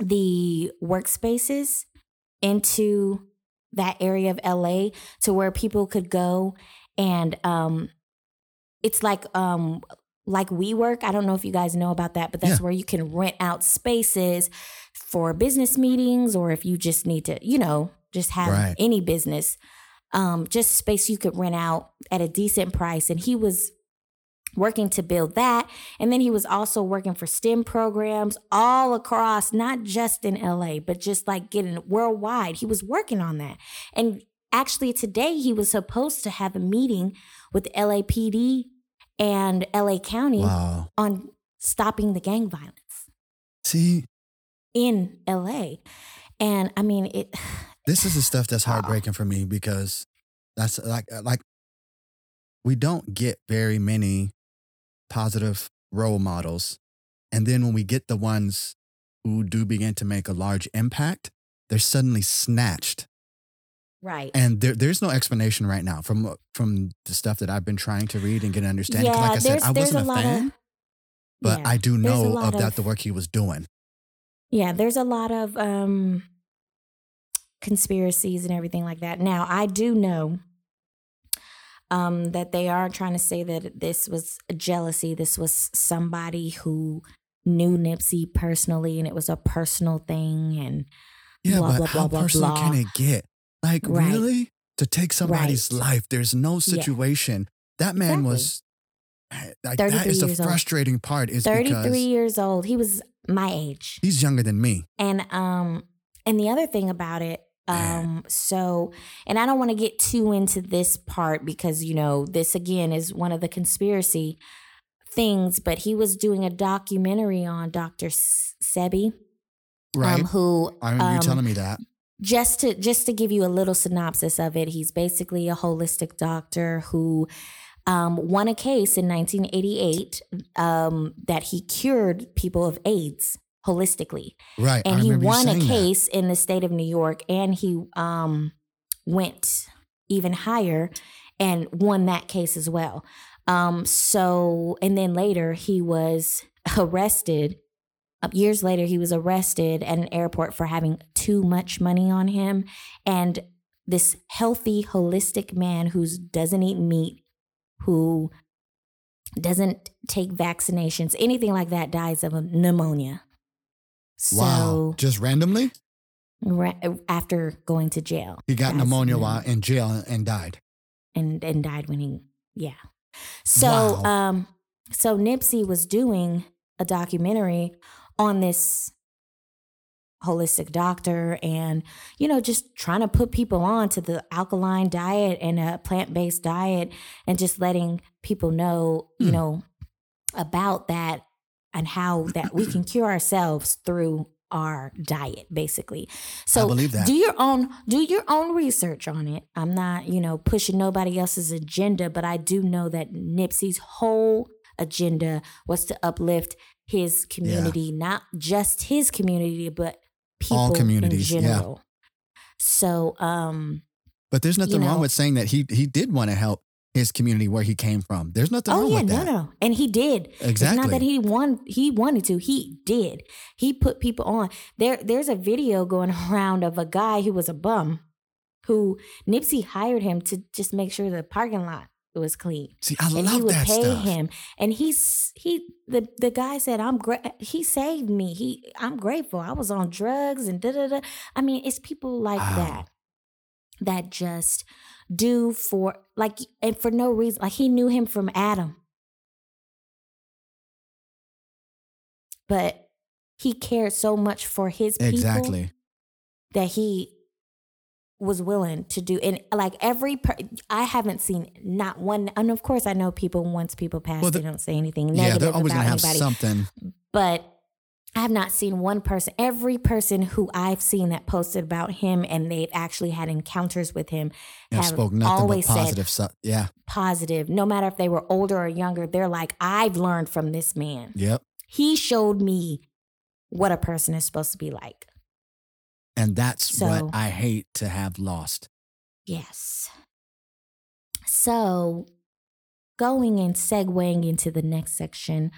the workspaces into that area of LA to where people could go and um it's like um like WeWork. I don't know if you guys know about that, but that's where you can rent out spaces for business meetings or if you just need to, you know, just have
Right.
any business um just space you could rent out at a decent price and he was working to build that and then he was also working for STEM programs all across not just in LA but just like getting worldwide. He was working on that. And actually today he was supposed to have a meeting with LAPD and LA County
Wow.
on stopping the gang violence
See,
in LA. And I mean it
this is the stuff that's
Wow.
heartbreaking for me because that's uh, like like we don't get very many positive role models and then when we get the ones who do begin to make a large impact they're suddenly snatched
right.
and there, there's no explanation right now from uh, from the stuff that i've been trying to read and get an understanding 'Cause like i said
there's-
i
there's
wasn't a,
lot
fan
Of,
but
yeah.
i do
There's a
know
lot
of that
of-
the work he was doing
Yeah, there's a lot of um conspiracies and everything like that. Now, I do know um that they are trying to say that this was jealousy. This was somebody who knew Nipsey personally and it was a personal thing and
yeah
Blah,
but
blah,
how
blah, blah,
personal can
blah.
it get like
Right.
really to take somebody's
Right.
life there's no situation that man
Exactly.
was eh, like that
33
is the
years old.
frustrating part is
33
because
years old. He was my age.
he's younger than me
And um and the other thing about it um so and I don't want to get too into this part because you know this again is one of the conspiracy things but he was doing a documentary on Dr. S- Sebi
right
um who
i remember you
um,
telling me that
just to just to give you a little synopsis of it he's basically a holistic doctor who um, won a case in 1988 um, that he cured people of aids holistically
right I
and he
remember you
won a
saying that.
case in the state of New York, and he um, went even higher and won that case as well. Um, so, and then later he was arrested. Uh, Years later, he was arrested at an airport for having too much money on him. And this healthy, holistic man who doesn't eat meat, who doesn't take vaccinations, anything like that, dies of a pneumonia. So,
wow. Just randomly?
ra- uh, after going to jail
He got
That's
pneumonia
nuts.
while in jail and died.
and and died when he yeah. So
Wow.
um so Nipsey was doing a documentary on this holistic doctor and you know just trying to put people on to the alkaline diet and a plant-based diet and just letting people know, you
Hmm.
know, about that and how that we can cure ourselves through our diet basically. So
I believe that.
do your own do your own research on it. I'm not, you know, pushing nobody else's agenda, but I do know that Nipsey's whole agenda was to uplift his community, not just his community, but people
All communities, yeah.
in general. So, um,
but there's nothing wrong
know-
with saying that he he did want to help his community where he came from. There's nothing
oh
wrong
yeah,
with
no,
that.
no, and he did.
Exactly.
It's not that he won he wanted to, he did. He put people on. There there's a video going around of a guy who was a bum who Nipsey hired him to just make sure the parking lot was clean.
See, I
And
love
he would
that
pay
stuff.
him. And he's he the the guy said, I'm gra- he saved me. He I'm grateful. I was on drugs and da da da. I mean, it's people like
Wow.
that that just do for like and for no reason. Like he knew him from Adam. But he cared so much for his people
Exactly.
that he was willing to do and like every per- i haven't seen not one and of course i know people once people pass
Well,
they
the-
don't say anything
Yeah,
negative
they're always
about
gonna have
anybody
something.
but i have not seen one person every person who i've seen that posted about him and they've actually had encounters with him
And
have
spoke nothing but
always said-
positive stuff. Yeah.
positive no matter if they were older or younger they're like i've learned from this man
Yep.
he showed me what a person is supposed to be like
And that's
So-
what I hate to have lost.
Yes. So, going and segueing into the next section,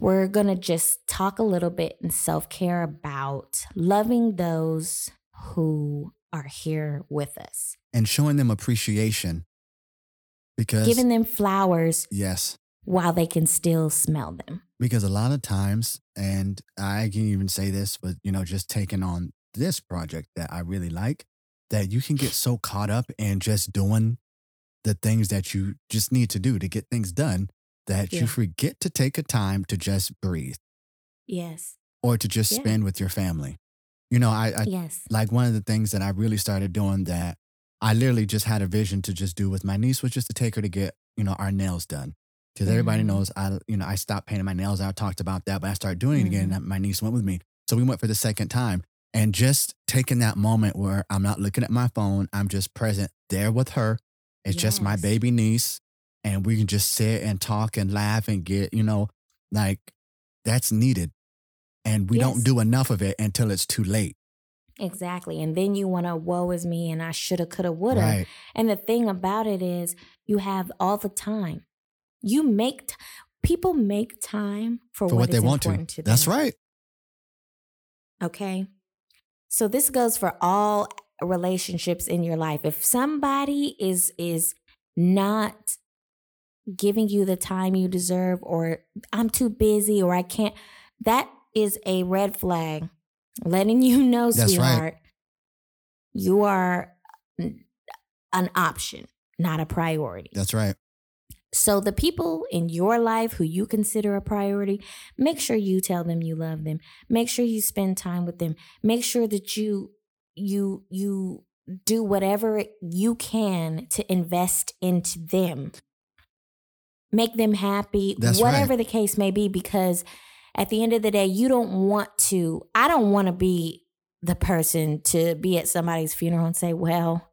we're going to just talk a little bit in self care about loving those who are here with us,
And showing them appreciation. Because
giving them flowers
yes.
while they can still smell them.
Because a lot of times, and I can even say this, but you know, just taking on this project that I really like, that you can get so caught up in just doing the things that you just need to do to get things done that
Yeah.
you forget to take a time to just breathe
Yes.
or to just
Yeah.
spend with your family. You know, I, I
yes.
like one of the things that I really started doing that I literally just had a vision to just do with my niece was just to take her to get, you know, our nails done. Because everybody
Mhm.
knows I, you know, I stopped painting my nails. I talked about that, but I started doing it again.
Mhm.
And my niece went with me. So we went for the second time. And just taking that moment where I'm not looking at my phone, I'm just present there with her. It's just my
Yes.
baby niece. And we can just sit and talk and laugh and get, you know, like that's needed. And we
Yes.
don't do enough of it until it's too late.
Exactly. And then you want to, woe is me, and I shoulda, coulda, woulda.
Right.
And the thing about it is, you have all the time. You make t- people make time for,
for what, they
is
want to.
important to.
That's
them,
right.
Okay. So this goes for all relationships in your life. If somebody is is not giving you the time you deserve or I'm too busy or I can't that is a red flag letting you know
That's right.
sweetheart you are n- an option, not a priority.
That's right.
So, the people in your life who you consider a priority, make sure you tell them you love them. Make sure you spend time with them. Make sure that you you you do whatever you can to invest into them. Make them happy,
That's right.
whatever the case may be because at the end of the day, you don't want to I don't want to be the person to be at somebody's funeral and say, "Well,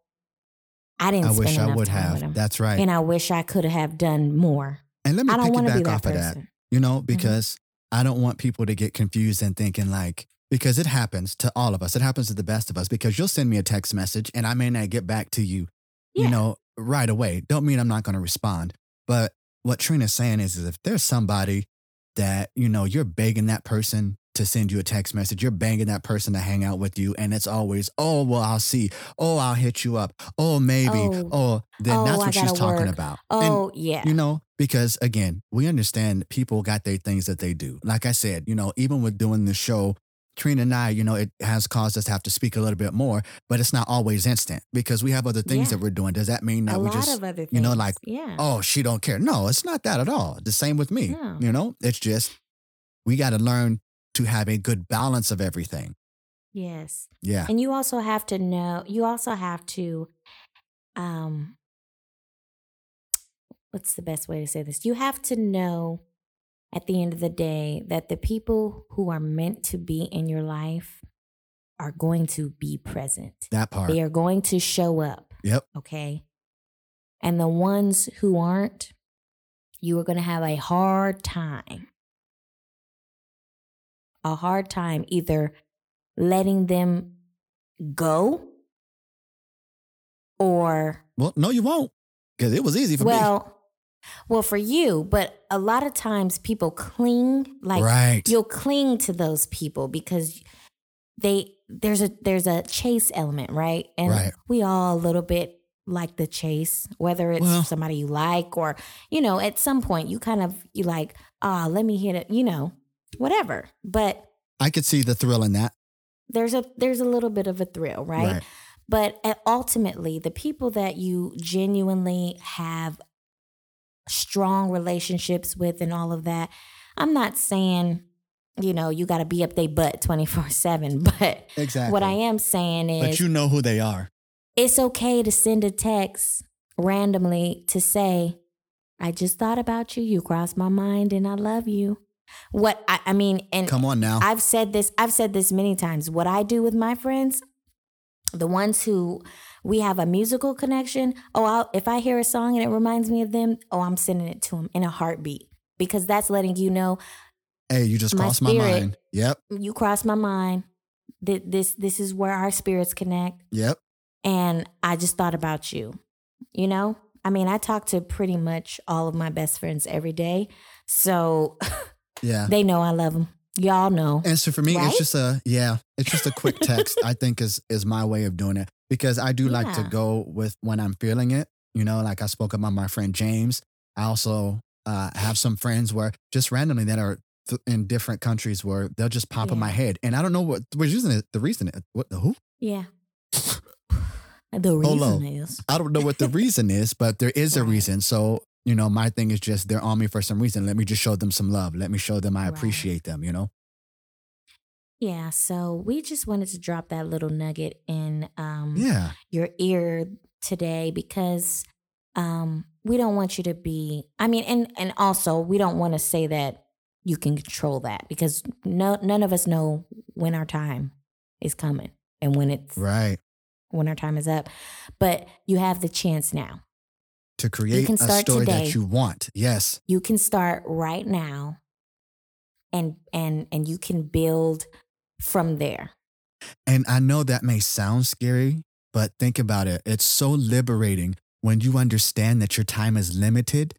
I didn't
I
spend
wish I
enough
would
time with them."
have. That's right.
and I wish I could have done more.
And let me
I
pick
don't
you
want to be
back
that
off of
person.
that, you
Mm-hmm.
know, because I don't want people to get confused and thinking like, because it happens to all of us. It happens to the best of us because you'll send me a text message and I may not get back to you,
Yeah.
you know, right away. Don't mean I'm not going to respond. But what Trina's saying is, is if there's somebody that, you know, you're begging that person to send you a text message, you're begging that person to hang out with you, and it's always, oh, well, I'll see. Oh, I'll hit you up. Oh, maybe.
Oh.
Oh, then
Oh,
that's
I
what she's
gotta
talking
work.
about. And
Oh yeah.
you know, because again, we understand people got their things that they do. Like I said, you know, even with doing the show, Trina and I, you know, it has caused us to have to speak a little bit more, but it's not always instant because we have other things
Yeah.
that we're doing. Does that mean that
a
we
lot
just,
of other things.
you know, like,
yeah.
oh, she don't care? No, it's not that at all. The same with me.
No.
You know, it's just we got to learn to have a good balance of everything.
Yes.
Yeah.
And you also have to know, you also have to, um, what's the best way to say this? You have to know at the end of the day that the people who are meant to be in your life are going to be present.
That part.
They are going to show up.
Yep.
Okay. And the ones who aren't, you are going to have a hard time. A hard time either letting them go or,
Well, no, you won't because it was easy for me.
well, well, for you, but a lot of times people cling like
right.
you'll cling to those people because they there's a there's a chase element right and
Right.
we all a little bit like the chase whether it's
Well-
somebody you like or you know at some point you kind of you like ah let me hit it you know whatever but
I could see the thrill in that.
there's a there's a little bit of a thrill right, but uh, ultimately the people that you genuinely have strong relationships with and all of that i'm not saying you know you got to be up they butt 24-7 but
Exactly.
what i am saying
But
is
you know who they are.
it's okay to send a text randomly to say i just thought about you you crossed my mind and i love you what i, I mean and
Come on now.
I've said this I've said this many times. What I do with my friends, the ones who we have a musical connection, oh, I'll, if I hear a song and it reminds me of them, oh, I'm sending it to them in a heartbeat because that's letting you know
hey, you just
my
crossed my
spirit-
mind. Yep.
you crossed my mind. Th- This this is where our spirits connect
Yep.
and I just thought about you. You know? I mean, I talk to pretty much all of my best friends every day. So
Yeah.
they know I love them. Y'all know.
And so for me,
Right?
it's just a yeah, it's just a quick text. I think is is my way of doing it because I do like to
Yeah.
go with when I'm feeling it. You know, like I spoke about my friend James. I also uh, have some friends where just randomly that are th- in different countries where they'll just pop in
Yeah.
my head, and I don't know what was using it. The reason it, what the who
Yeah. The reason
Polo.
is
I don't know what the reason is, but there is a
Right.
reason. So, you know, my thing is just they're on me for some reason. Let me just show them some love. Let me show them I
Right.
appreciate them, you know?
Yeah, so we just wanted to drop that little nugget in um,
Yeah.
your ear today because um, we don't want you to be. I mean, and and also we don't want to say that you can control that because no, none of us know when our time is coming and when it's
Right.
when our time is up. But you have the chance now.
To create
can
a
start
story
today.
that you want. Yes.
you can start right now and and and you can build from there
And I know that may sound scary, but think about it. It's so liberating when you understand that your time is limited.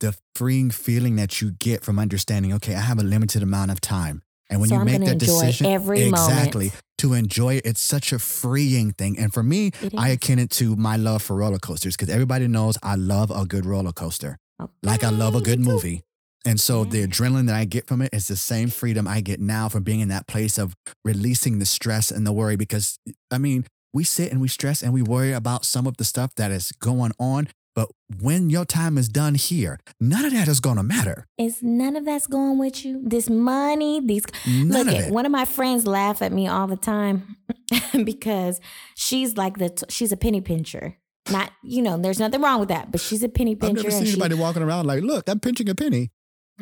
The freeing feeling that you get from understanding, okay, I have a limited amount of time. And when
so
you
i'm
make
gonna
that
enjoy
decision,
every
exactly,
moment
to enjoy it, it's such a freeing thing. And for me,
It
I
is.
akin it to my love for roller coasters because everybody knows I love a good roller coaster,
oh,
like I love a
Okay,
good
me too.
movie. And so the
Yeah.
adrenaline that I get from it is the same freedom I get now from being in that place of releasing the stress and the worry. Because, I mean, we sit and we stress and we worry about some of the stuff that is going on. But when your time is done here, none of that is going to matter.
It's none of that's going with you. This money, these
None
look
of
at
it.
one of my friends laugh at me all the time because she's like the t- she's a penny pincher. Not you know, there's nothing wrong with that, but she's a penny
I've
pincher.
never seen
and she-
anybody walking around like, look, I'm pinching a penny.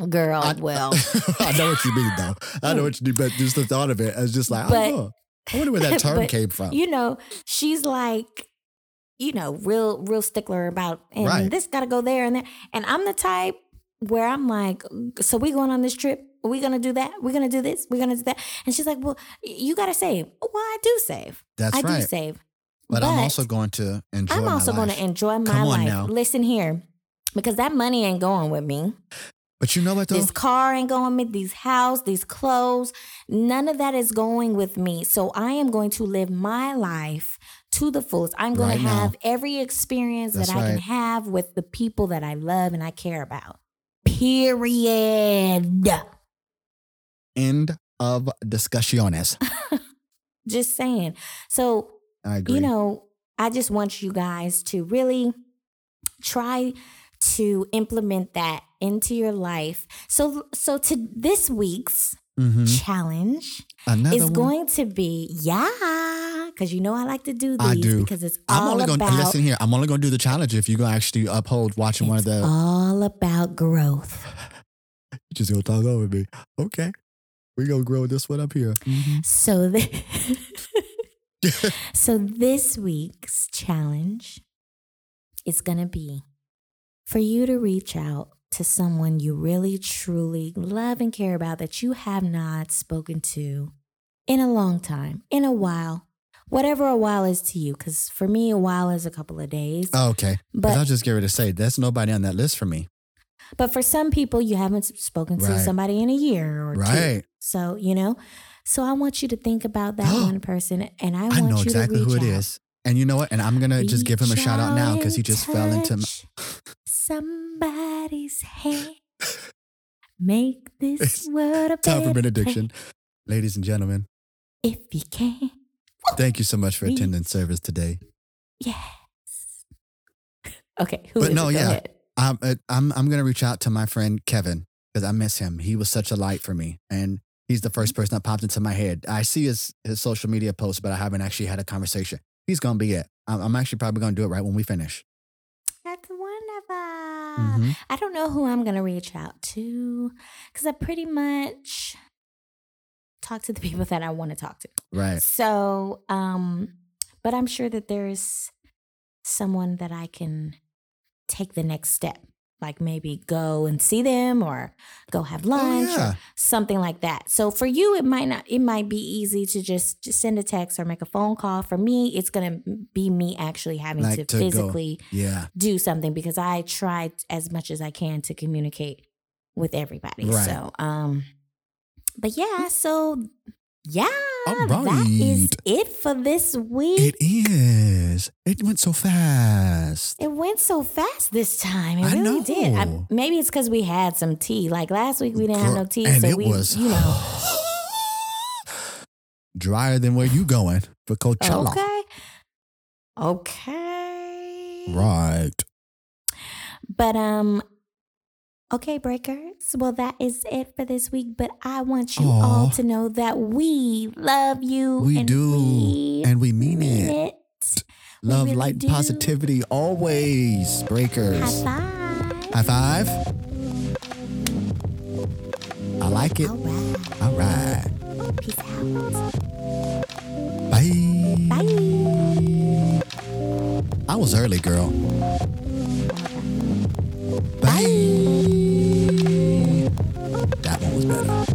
girl,
I-
well,
I know what you mean, though. I know what you mean, but just the thought of it, I was just like,
But-
oh, I wonder where that term
but
came from.
you know, she's like, you know, real, real stickler about, and
Right.
this got to go there and there. And I'm the type where I'm like, so we going on this trip? Are we gonna do that? We're gonna do this? We're gonna do that? And she's like, well, y- you gotta save. Well, I do save.
That's
I
right.
do save.
but, I'm also going to enjoy.
I'm also
my life.
gonna enjoy my
Come on
life.
now.
Listen here. because that money ain't going with me.
But you know what though?
This car ain't going with these house, these clothes. None of that is going with me. So I am going to live my life to the fullest. I'm going
Right
to
now.
have every experience
That's
that I can
right.
have with the people that I love and I care about. Period.
End of discussiones.
Just saying. So
I agree.
You know, I just want you guys to really try to implement that into your life. So so to this week's
Mhm.
challenge
Another
is
one.
going to be yeah, cuz you know I like to do these
I do.
because it's
I'm
all
only gonna
about
listen here. I'm only gonna do the challenge if you gonna actually uphold watching one of
it's
the.
all about growth.
You just gonna talk over me. Okay, we gonna grow this one up here. Mhm.
So th- so this week's challenge is going to be for you to reach out to someone you really truly love and care about that you have not spoken to in a long time, in a while. Whatever a while is to you cuz for me a while is a couple of days.
Oh, okay, but I'll
but
just get ready to say that's nobody on that list for me.
but for some people you haven't spoken to
Right.
somebody in a year or two.
Right.
So, you know, so I want you to think about that one person and I want
Oh. I know
you
exactly
to reach
who it
out.
is, And you know what? And I'm going to just give him a
Reach
shout out now because he
and
just fell into. My,
touch somebody's hand. Make this world a
time for
better
benediction. Ladies and gentlemen,
place If you can,
thank you so much for
Please.
attending service today.
yes. Okay, who
But
is
no,
it? Go
yeah.
ahead.
I'm, uh, I'm, I'm going to reach out to my friend Kevin because I miss him. He was such a light for me. And he's the first person that popped into my head. I see his, his social media posts, but I haven't actually had a conversation. He's going to be it. I'm, I'm actually probably going to do it right when we finish.
That's wonderful. Ah,
Mhm.
I don't know who I'm going to reach out to because I pretty much talk to the people that I want to talk to.
Right.
So, um, but I'm sure that there is someone that I can take the next step, like maybe go and see them or go have
Oh,
lunch
yeah.
or something like that. So for you, it might not, it might be easy to just, just send a text or make a phone call. For me, it's going to be me actually having
Like
to,
to go.
physically
Yeah.
do something because I try as much as I can to communicate with everybody.
Right. Mm.
So, um, but yeah, so yeah,
All
that is
right.
it for this
It
week.
is. It went so fast.
It, went so fast this time. It
I
really did. I,
know.
maybe it's because we had some tea. Like last week, we didn't have
Girl,
no tea,
and
so
it
we,
was
you know,
drier than where you going for Coachella.
okay, okay,
Right.
But um okay breakers, well that is it for this week, but I want you all
Aw.
to know that we love you
We
and
do.
we
And we mean
mean
it.
it. We
Love,
really
light,
do.
and positivity always. Breakers.
High five.
High five. I like it.
All right.
All right.
Peace out.
Bye.
Bye.
I was early, girl. Bye. That one was better.